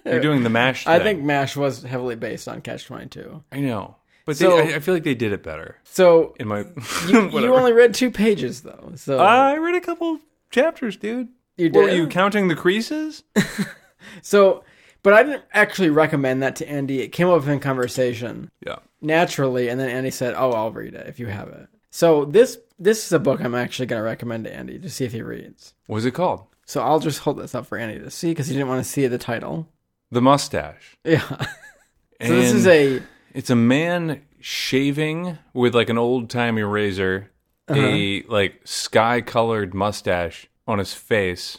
You're doing the mash thing. I think Mash was heavily based on Catch Twenty Two. I know. But So- they, I, I feel like they did it better. So In my you, whatever. Uh, you only read two pages though. So I read a couple chapters, dude. you did. Were you counting the creases? So, but I didn't actually recommend that to Andy. It came up in conversation. yeah. naturally, and then Andy said, "Oh, I'll read it if you have it." So this this is a book I'm actually going to recommend to Andy to see if he reads. What is it called? So I'll just hold this up for Andy to see because he didn't want to see the title. The mustache. Yeah. so this is a It's a man shaving with like an old timey razor, a Uh-huh. like sky colored mustache on his face,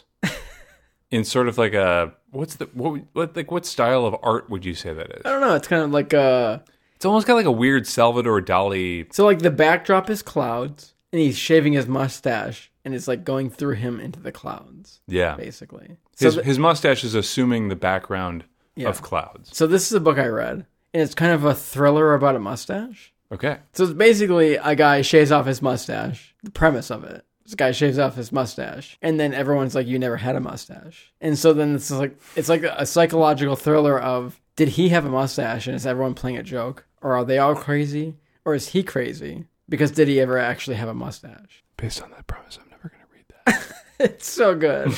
in sort of like a what's the what, would- what like what style of art would you say that I is? don't know. It's kind of like a It's almost got like a weird Salvador Dali. so like the backdrop is clouds, and he's shaving his mustache, and it's like going through him into the clouds, Yeah, basically. So his th- his mustache is assuming the background Yeah. of clouds. so this is a book I read, and it's kind of a thriller about a mustache. Okay, So it's basically a guy shaves off his mustache. The premise of it. This guy shaves off his mustache, and then everyone's like, "You never had a mustache." And so then it's like it's like a psychological thriller of did he have a mustache, and is everyone playing a joke, or are they all crazy, or is he crazy because did he ever actually have a mustache? based on that premise, I'm never gonna read that. It's so good.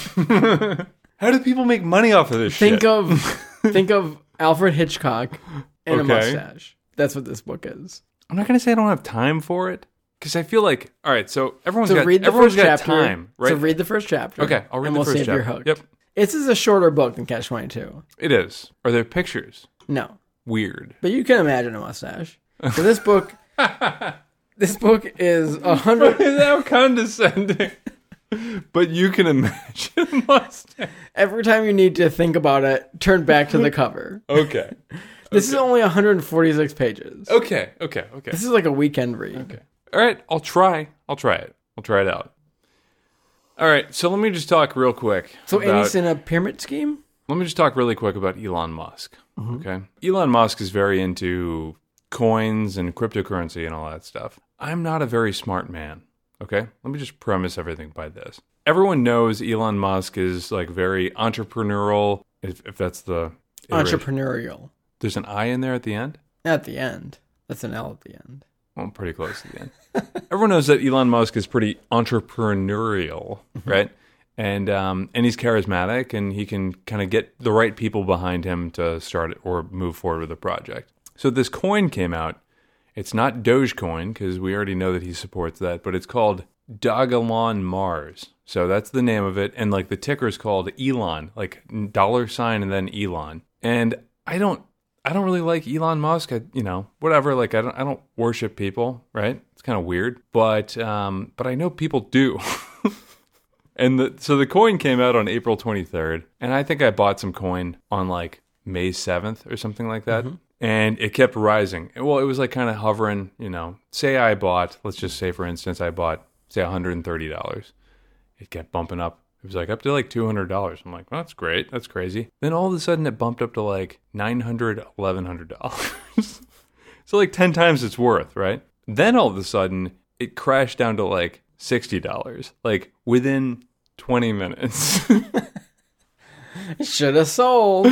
How do people make money off of this think shit? of think of Alfred Hitchcock and a Okay. mustache. That's what this book is. I'm not gonna say I don't have time for it because I feel like all right. So everyone's So got read the everyone's first got chapter. time, right? So read the first chapter. okay, I'll read and the we'll first see if chapter. you're hooked. Yep, This is a shorter book than Catch 22. it is. Are there pictures? No, Weird. but you can imagine a mustache. So this book, this book is a hundred. How condescending. but you can imagine mustache. Every time you need to think about it, turn back to the cover. Okay. This is only 146 pages. Okay. Okay. Okay. This is like a weekend read. Okay. All right. I'll try. I'll try it. I'll try it out. All right. So let me just talk real quick. So about- Andy's in a pyramid scheme. Let me just talk really quick about Elon Musk. Okay. Elon Musk is very into coins and cryptocurrency and all that stuff. I'm not a very smart man. Okay. Let me just premise everything by this. Everyone knows Elon Musk is like very entrepreneurial, if, if that's the. iteration. Entrepreneurial. There's an I in there at the end? At the end, that's an L at the end. Well, I'm pretty close to the end. Everyone knows that Elon Musk is pretty entrepreneurial, right? And um, and he's charismatic, and he can kind of get the right people behind him to start it or move forward with a project. So this coin came out. It's not Dogecoin because we already know that he supports that, but it's called Dogalon Mars. So that's the name of it, and like the ticker is called Elon, like dollar sign and then Elon. And I don't I don't really like Elon Musk. I, you know, whatever. Like, I don't, I don't worship people, right? It's kind of weird, but, um, but I know people do. and the, so the coin came out on April 23rd, and I think I bought some coin on like May 7th or something like that, and it kept rising. Well, it was like kind of hovering. You know, say I bought, let's just say for instance, I bought say 130 dollars it kept bumping up. It was like up to like two hundred dollars. I'm like, well, that's great. That's crazy. Then all of a sudden, it bumped up to like nine hundred, eleven hundred dollars. so like ten times its worth, right? Then all of a sudden, it crashed down to like sixty dollars, like within twenty minutes. Should have sold.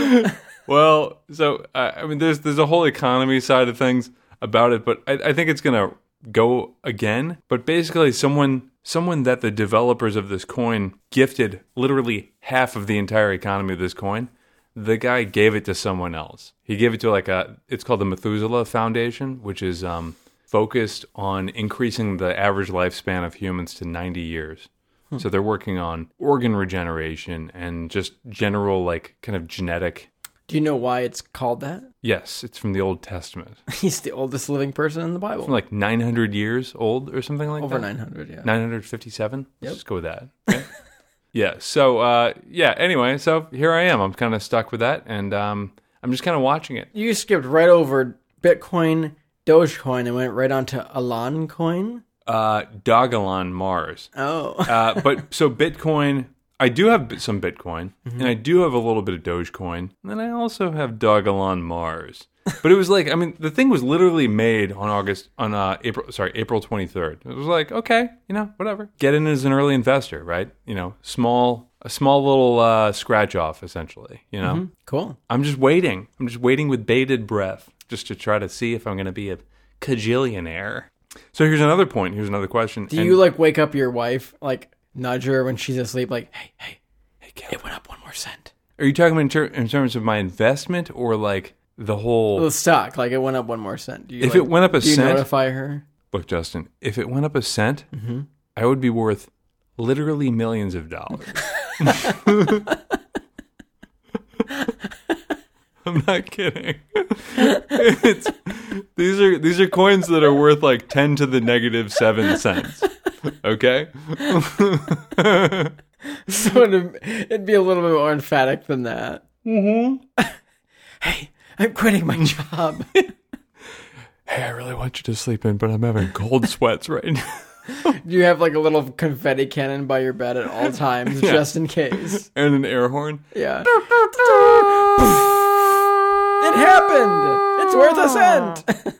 well, so uh, I mean, there's there's a whole economy side of things about it, but I, I think it's gonna go again. But basically, someone someone that the developers of this coin gifted literally half of the entire economy of this coin. The guy gave it to someone else. He gave it to like a. It's called the Methuselah Foundation, which is um, focused on increasing the average lifespan of humans to 90 years. So they're working on organ regeneration and just general like kind of genetic Do you know why it's called that? Yes, it's from the Old Testament. He's the oldest living person in the Bible. From like 900 years old or something like Over that. 900, yeah. 957? Let's just go with that. Okay. yeah. So, uh, yeah, anyway, so here I am. I'm kind of stuck with that and um, I'm just kind of watching it. you skipped right over Bitcoin, Dogecoin, and went right onto Alon coin. Uh, Dogalon Mars. Oh, Uh, but so Bitcoin, I do have bit- some Bitcoin and I do have a little bit of Dogecoin. And then I also have Dogalon Mars. But it was like, I mean, the thing was literally made on August, on uh, April, sorry, April 23rd. It was like, okay, you know, whatever. Get in as an early investor, right? You know, small, a small little uh, scratch off, essentially, you Mm-hmm. know? Um, cool. I'm just waiting. I'm just waiting with bated breath just to try to see if I'm going to be a cajillionaire. So here's another point. Here's another question. Do you like wake up your wife, like nudge her when she's asleep, like, hey, hey, hey, Caleb, it went up one more cent? Are you talking about in, ter- in terms of my investment or like the whole The stock, like it went up one more cent. Do you, if like, it went up a do you cent, notify Mm-hmm. her? look, Justin, if it went up a cent, I would be worth literally millions of dollars. I'm not kidding. It's- these are these are coins that are worth like ten to the negative seven cents. Okay, So it'd, it'd be a little bit more emphatic than that. Mm-hmm. hey, I'm quitting my job. hey, I really want you to sleep in, but I'm having cold sweats right now. you have like a little confetti cannon by your bed at all times, just in case. And an air horn. Yeah. it happened. It's worth a cent.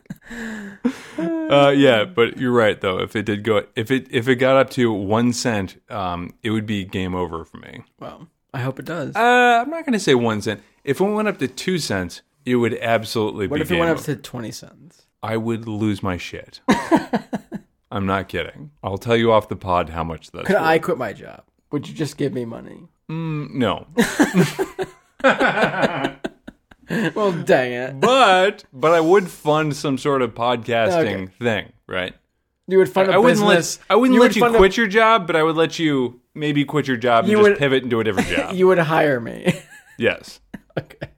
Uh, yeah, but you're right though. If it did go, if it if it got up to one cent, um, it would be game over for me. well, I hope it does. Uh, I'm not gonna say one cent. If it went up to two cents, it would absolutely what be if it game went up over. to twenty cents? I would lose my shit. I'm not kidding. I'll tell you off the pod how much that's. Could worth. I quit my job? Would you just give me money? Mm, no, Well, dang it. but but I would fund some sort of podcasting thing, right? You would fund a I wouldn't business. let I wouldn't you let you fund a- quit your job, but I would let you maybe quit your job and You just would- pivot into a different job. you would hire me. yes. okay.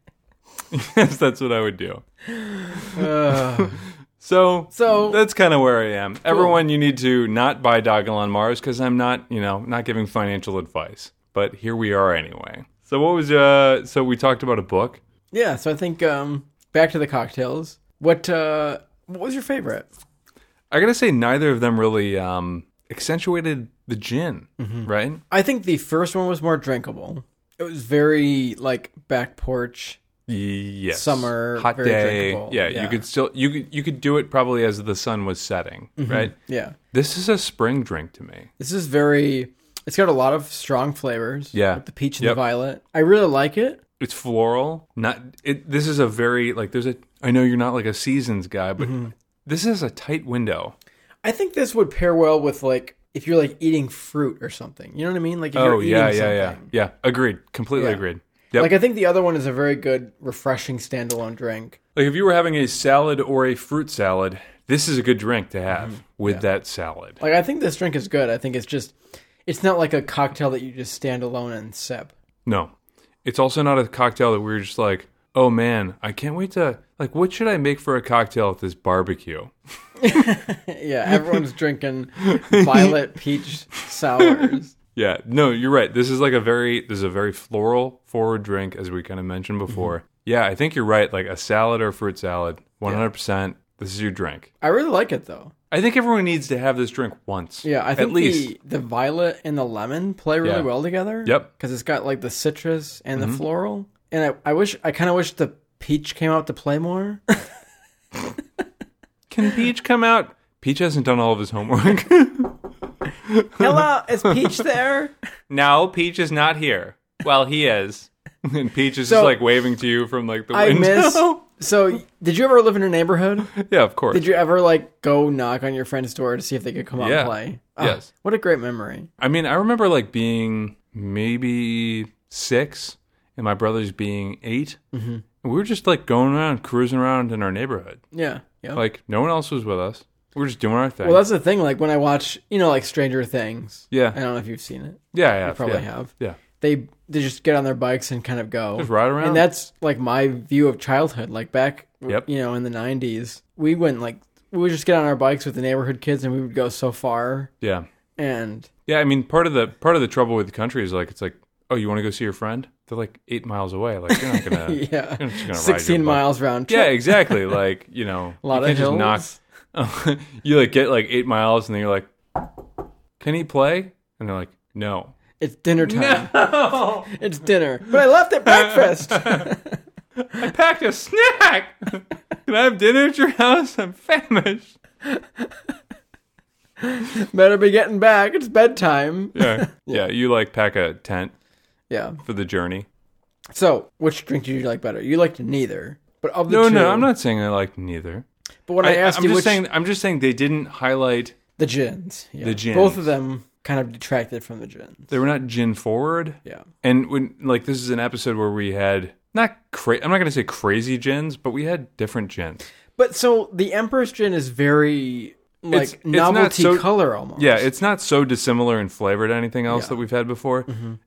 Yes, that's what I would do. Ugh. So, Uh. So- that's kind of where I am. Everyone, you need to not buy Doggle on Mars because I'm not, you know, not giving financial advice. But here we are anyway. So what was uh? So we talked about a book. yeah. So I think um, back to the cocktails. What uh, what was your favorite? I gotta say, neither of them really um accentuated the gin, Mm-hmm. right? I think the first one was more drinkable. It was very like back porch. Yes, Summer, hot very day. drinkable. Yeah, Yeah. you could still you could you could do it probably as the sun was setting, Mm-hmm. right? Yeah. This is a spring drink to me. This is very. It's got a lot of strong flavors. Yeah. Like the peach and Yep. the violet. I really like it. it's floral not it this is a very like there's a i know you're not like a seasons guy but Mm-hmm. this is a tight window I think this would pair well with like if you're like eating fruit or something. You know what I mean? Like if oh you're eating yeah yeah something. yeah yeah agreed completely Yeah. agreed yep. Like like, I think the other one is a very good, refreshing standalone drink. if you were having a salad or a fruit salad this is a good drink to have with that salad Mm-hmm. Like I think this drink is good. I think it's just, it's not like a cocktail that you just stand alone and sip. no it's also not a cocktail that we are just like oh man i can't wait to like what should i make for a cocktail at this barbecue Yeah, everyone's drinking violet peach sours. Yeah, no, you're right. This is like a very this is a very floral forward drink, as we kind of mentioned Mm-hmm. before. Yeah, I think you're right. Like a salad or a fruit salad, 100. percent This is your drink. I really like it though. I think everyone needs to have this drink once. Yeah, I think at least. the, the violet and the lemon play really Yeah. well together. Yep. Mm-hmm. Because it's got like the citrus and the floral. And I, I wish, I kind of wish the peach came out to play more. Can Peach come out? Peach hasn't done all of his homework. Hello, is Peach there? no, Peach is not here. Well, he is. And Peach is just So- like waving to you from like the I miss. window. So, did you ever live in a neighborhood? yeah, of course. Did you ever like go knock on your friend's door to see if they could come out Yeah. and play? Ah, Yes. What a great memory. I mean, I remember like being maybe six and my brothers being 8 Mm-hmm. And we were just like going around, cruising around in our neighborhood. Yeah. Yeah. Like no one else was with us. We were just doing our thing. well, that's the thing. Like when I watch, you know, like Stranger Things. yeah. I don't know if you've seen it. yeah, yeah, Probably yeah. have. Yeah. They they just get on their bikes and kind of go. Just ride around. And that's like my view of childhood. Like back, Yep. you know, in the '90s, we went like we would just get on our bikes with the neighborhood kids, and we would go so far. yeah. And Yeah, I mean, part of the part of the trouble with the country is like it's like, oh, you want to go see your friend? They're like eight miles away. Like you're not gonna, yeah, you're just gonna sixteen ride your bike. miles round Yeah, trip. exactly. Like you know, a lot you of can't hills. just knock. you like get like eight miles, and then you're like, "Can he play?" And they're like, "No." It's dinner time. It's dinner. But I left at breakfast. I packed a snack. Can I have dinner at your house? I'm famished. Better be getting back. It's bedtime. Yeah, yeah. You like pack a tent Yeah. for the journey. So, which drink did you like better? You liked neither. But of the No, two, no, I'm not saying I like neither. But when I, I, asked am you just which saying. I'm just saying they didn't highlight. the gins, yeah. The gins. both of them kind of detracted from the gins. They were not gin forward. Yeah. And when like this is an episode where we had not cra- I'm not going to say crazy gins, but we had different gins. But so the Empress gin is very like It's- it's not novelty so- color almost. Yeah, it's not so dissimilar in flavor to anything Yeah. else Mm-hmm. that we've had before.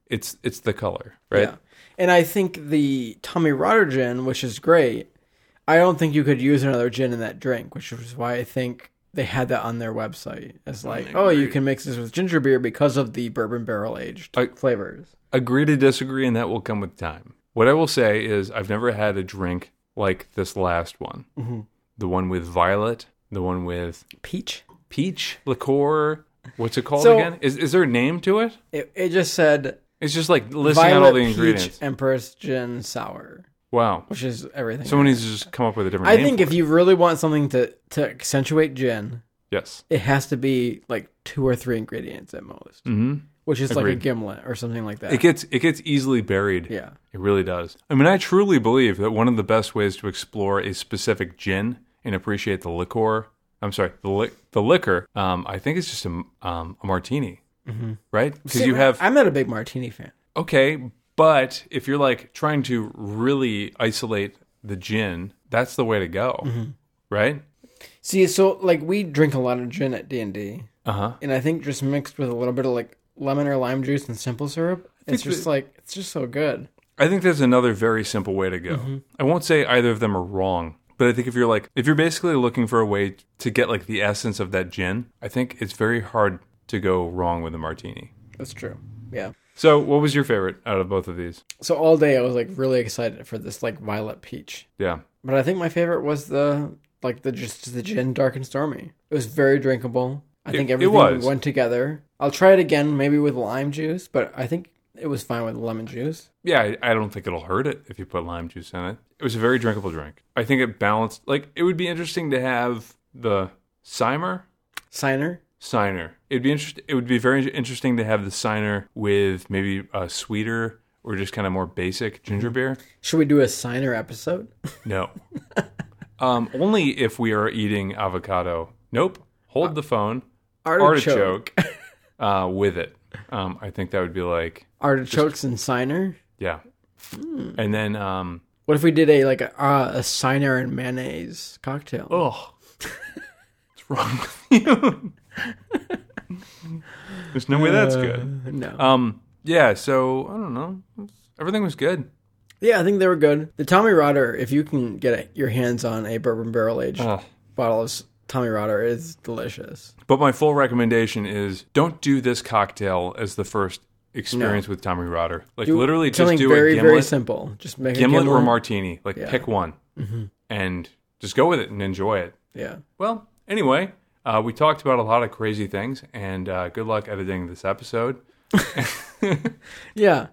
It's it's the color, right? Yeah. And I think the Tommy Rotter gin, which is great, I don't think you could use another gin in that drink, which is why I think they had that on their website as like, oh, you can mix this with ginger beer because of the bourbon barrel aged I- flavors. Agree to disagree, and that will come with time. What I will say is, I've never had a drink like this last one, Mm-hmm. the one with violet, the one with Peach. peach liqueur. What's it called So- again? Is is there a name to it? It, it just said It's just like listing out all violet the peach ingredients. empress gin sour, Wow, which is everything. someone needs to just come up with a different. I name think for if you really want something to to accentuate gin, it. yes, it has to be like two or three ingredients at most, hmm which is like a Agreed. gimlet or something like that. it gets it gets easily buried. yeah. It really does. I mean, I truly believe that one of the best ways to explore a specific gin and appreciate the liqueur. I'm sorry, the li- the liquor. Um, I think it's just a m- um, a martini, right? Because See, you have I'm not a big martini fan. okay, but if you're like trying to really isolate the gin, that's the way to go, right? See, so like we drink a lot of gin at D and D, Uh huh. and I think just mixed with a little bit of like lemon or lime juice and simple syrup, it's just like it's just so good. I think that's another very simple way to go. I won't say either of them are wrong, but I think if you're like if you're basically looking for a way to get like the essence of that gin, I think it's very hard to go wrong with a martini. That's true. Yeah. So, what was your favorite out of both of these? So all day I was like really excited for this like violet peach, Yeah. but I think my favorite was the like the just the gin dark and stormy. It was very drinkable. I think it everything was. went together. I'll try it again, maybe with lime juice, but I think it was fine with lemon juice. Yeah, I, I don't think it'll hurt it if you put lime juice in it. It was a very drinkable drink. I think it balanced like it would be interesting to have the Simer Signer. Signer. It'd be interest. It would be very interesting to have the Signer with maybe a sweeter or just kind of more basic ginger beer. Should we do a signer episode? No. um, only if we are eating avocado. Nope. Hold the phone. Artichoke, uh, with it. Um, I think that would be like, artichokes and signer. yeah. Hmm. And then, um, What if we did a like a, uh, a signer and mayonnaise cocktail? oh, what's wrong with you? There's no way that's good. No. Um, yeah. So I don't know. Everything was good. yeah, I think they were good. The Tommy Rotter, if you can get a, your hands on a bourbon barrel aged Ugh. bottle of s- Tommy Rotter, is delicious. But my full recommendation is don't do this cocktail as the first experience with Tommy Rotter. Like literally just Something do very a gimlet. very simple. Just make gimlet, a or gimlet. Mm-hmm. martini. Like pick one and just go with it and enjoy it. yeah. Well, anyway, uh, we talked about a lot of crazy things, and uh, good luck editing this episode. Yeah.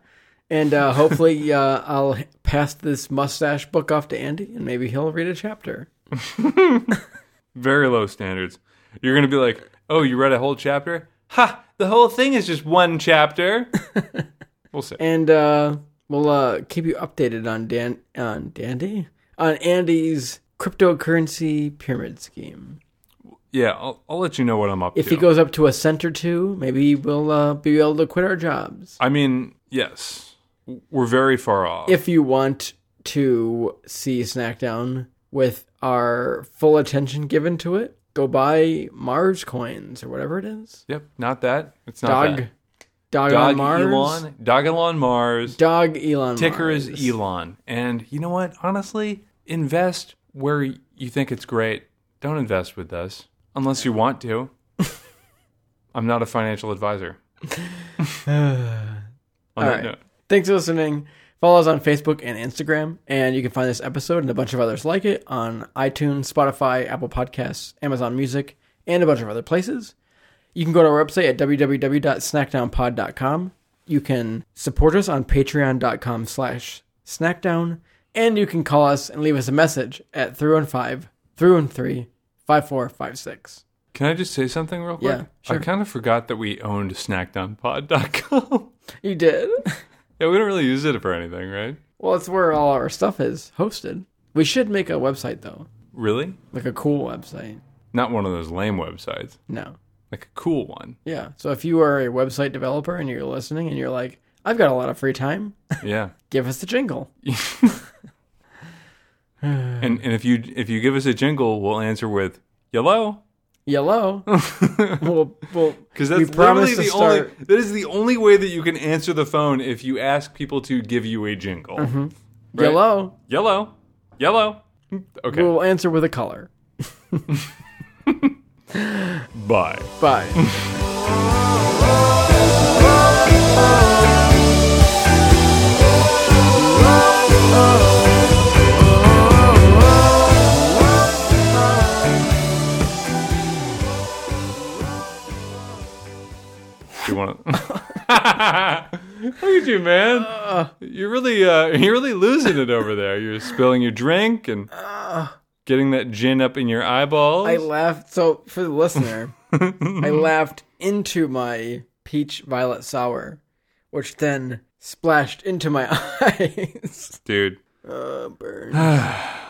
And uh, hopefully, uh, I'll h- pass this mustache book off to Andy, and maybe he'll read a chapter. Very low standards. You're gonna be like, oh, you read a whole chapter? Ha! The whole thing is just one chapter. we'll see. and uh, we'll uh, keep you updated on Dan on Dandy on Andy's cryptocurrency pyramid scheme. Yeah, I'll, I'll let you know what I'm up If to. he goes up to a cent or two, maybe we'll uh, be able to quit our jobs. I mean, yes, we're very far off. If you want to see Snackdown with our full attention given to it, go buy Mars coins or whatever it is. yep, not that. It's not Dog, that. dog, Dog on Mars. Elon. Dog Elon Mars. Dog Elon. ticker Mars. is Elon. And you know what? Honestly, invest where you think it's great. Don't invest with us unless you want to. I'm not a financial advisor. On All that right. note, Thanks for listening. Follow us on Facebook and Instagram, and you can find this episode and a bunch of others like it on iTunes, Spotify, Apple Podcasts, Amazon Music, and a bunch of other places. You can go to our website at www.snackdownpod.com. You can support us on patreon.com slash snackdown, and you can call us and leave us a message at 315 313 5456. can I just say something real quick? Yeah, sure. I kind of forgot that we owned snackdownpod.com. You did? yeah, we don't really use it for anything, right? well, it's where all our stuff is hosted. We should make a website, though, Really? like a cool website. Not one of those lame websites, No. like a cool one. Yeah. So if you are a website developer and you're listening and you're like, I've got a lot of free time. Yeah. Give us the jingle. And and if you if you give us a jingle, we'll answer with yellow. Yellow. we'll, we'll, Because we that's promise to literally the start. only that is the only way that you can answer the phone if you ask people to give you a jingle. Mm-hmm. right? Yellow. Yellow. Yellow. Okay. We'll answer with a color. Bye. Bye. Do you want to? Look at you, man. You're really, uh, you're really losing it over there. You're spilling your drink and getting that gin up in your eyeballs. Uh. I laughed. So for the listener, I laughed into my peach violet sour, which then splashed into my eyes. Dude, Oh, burn.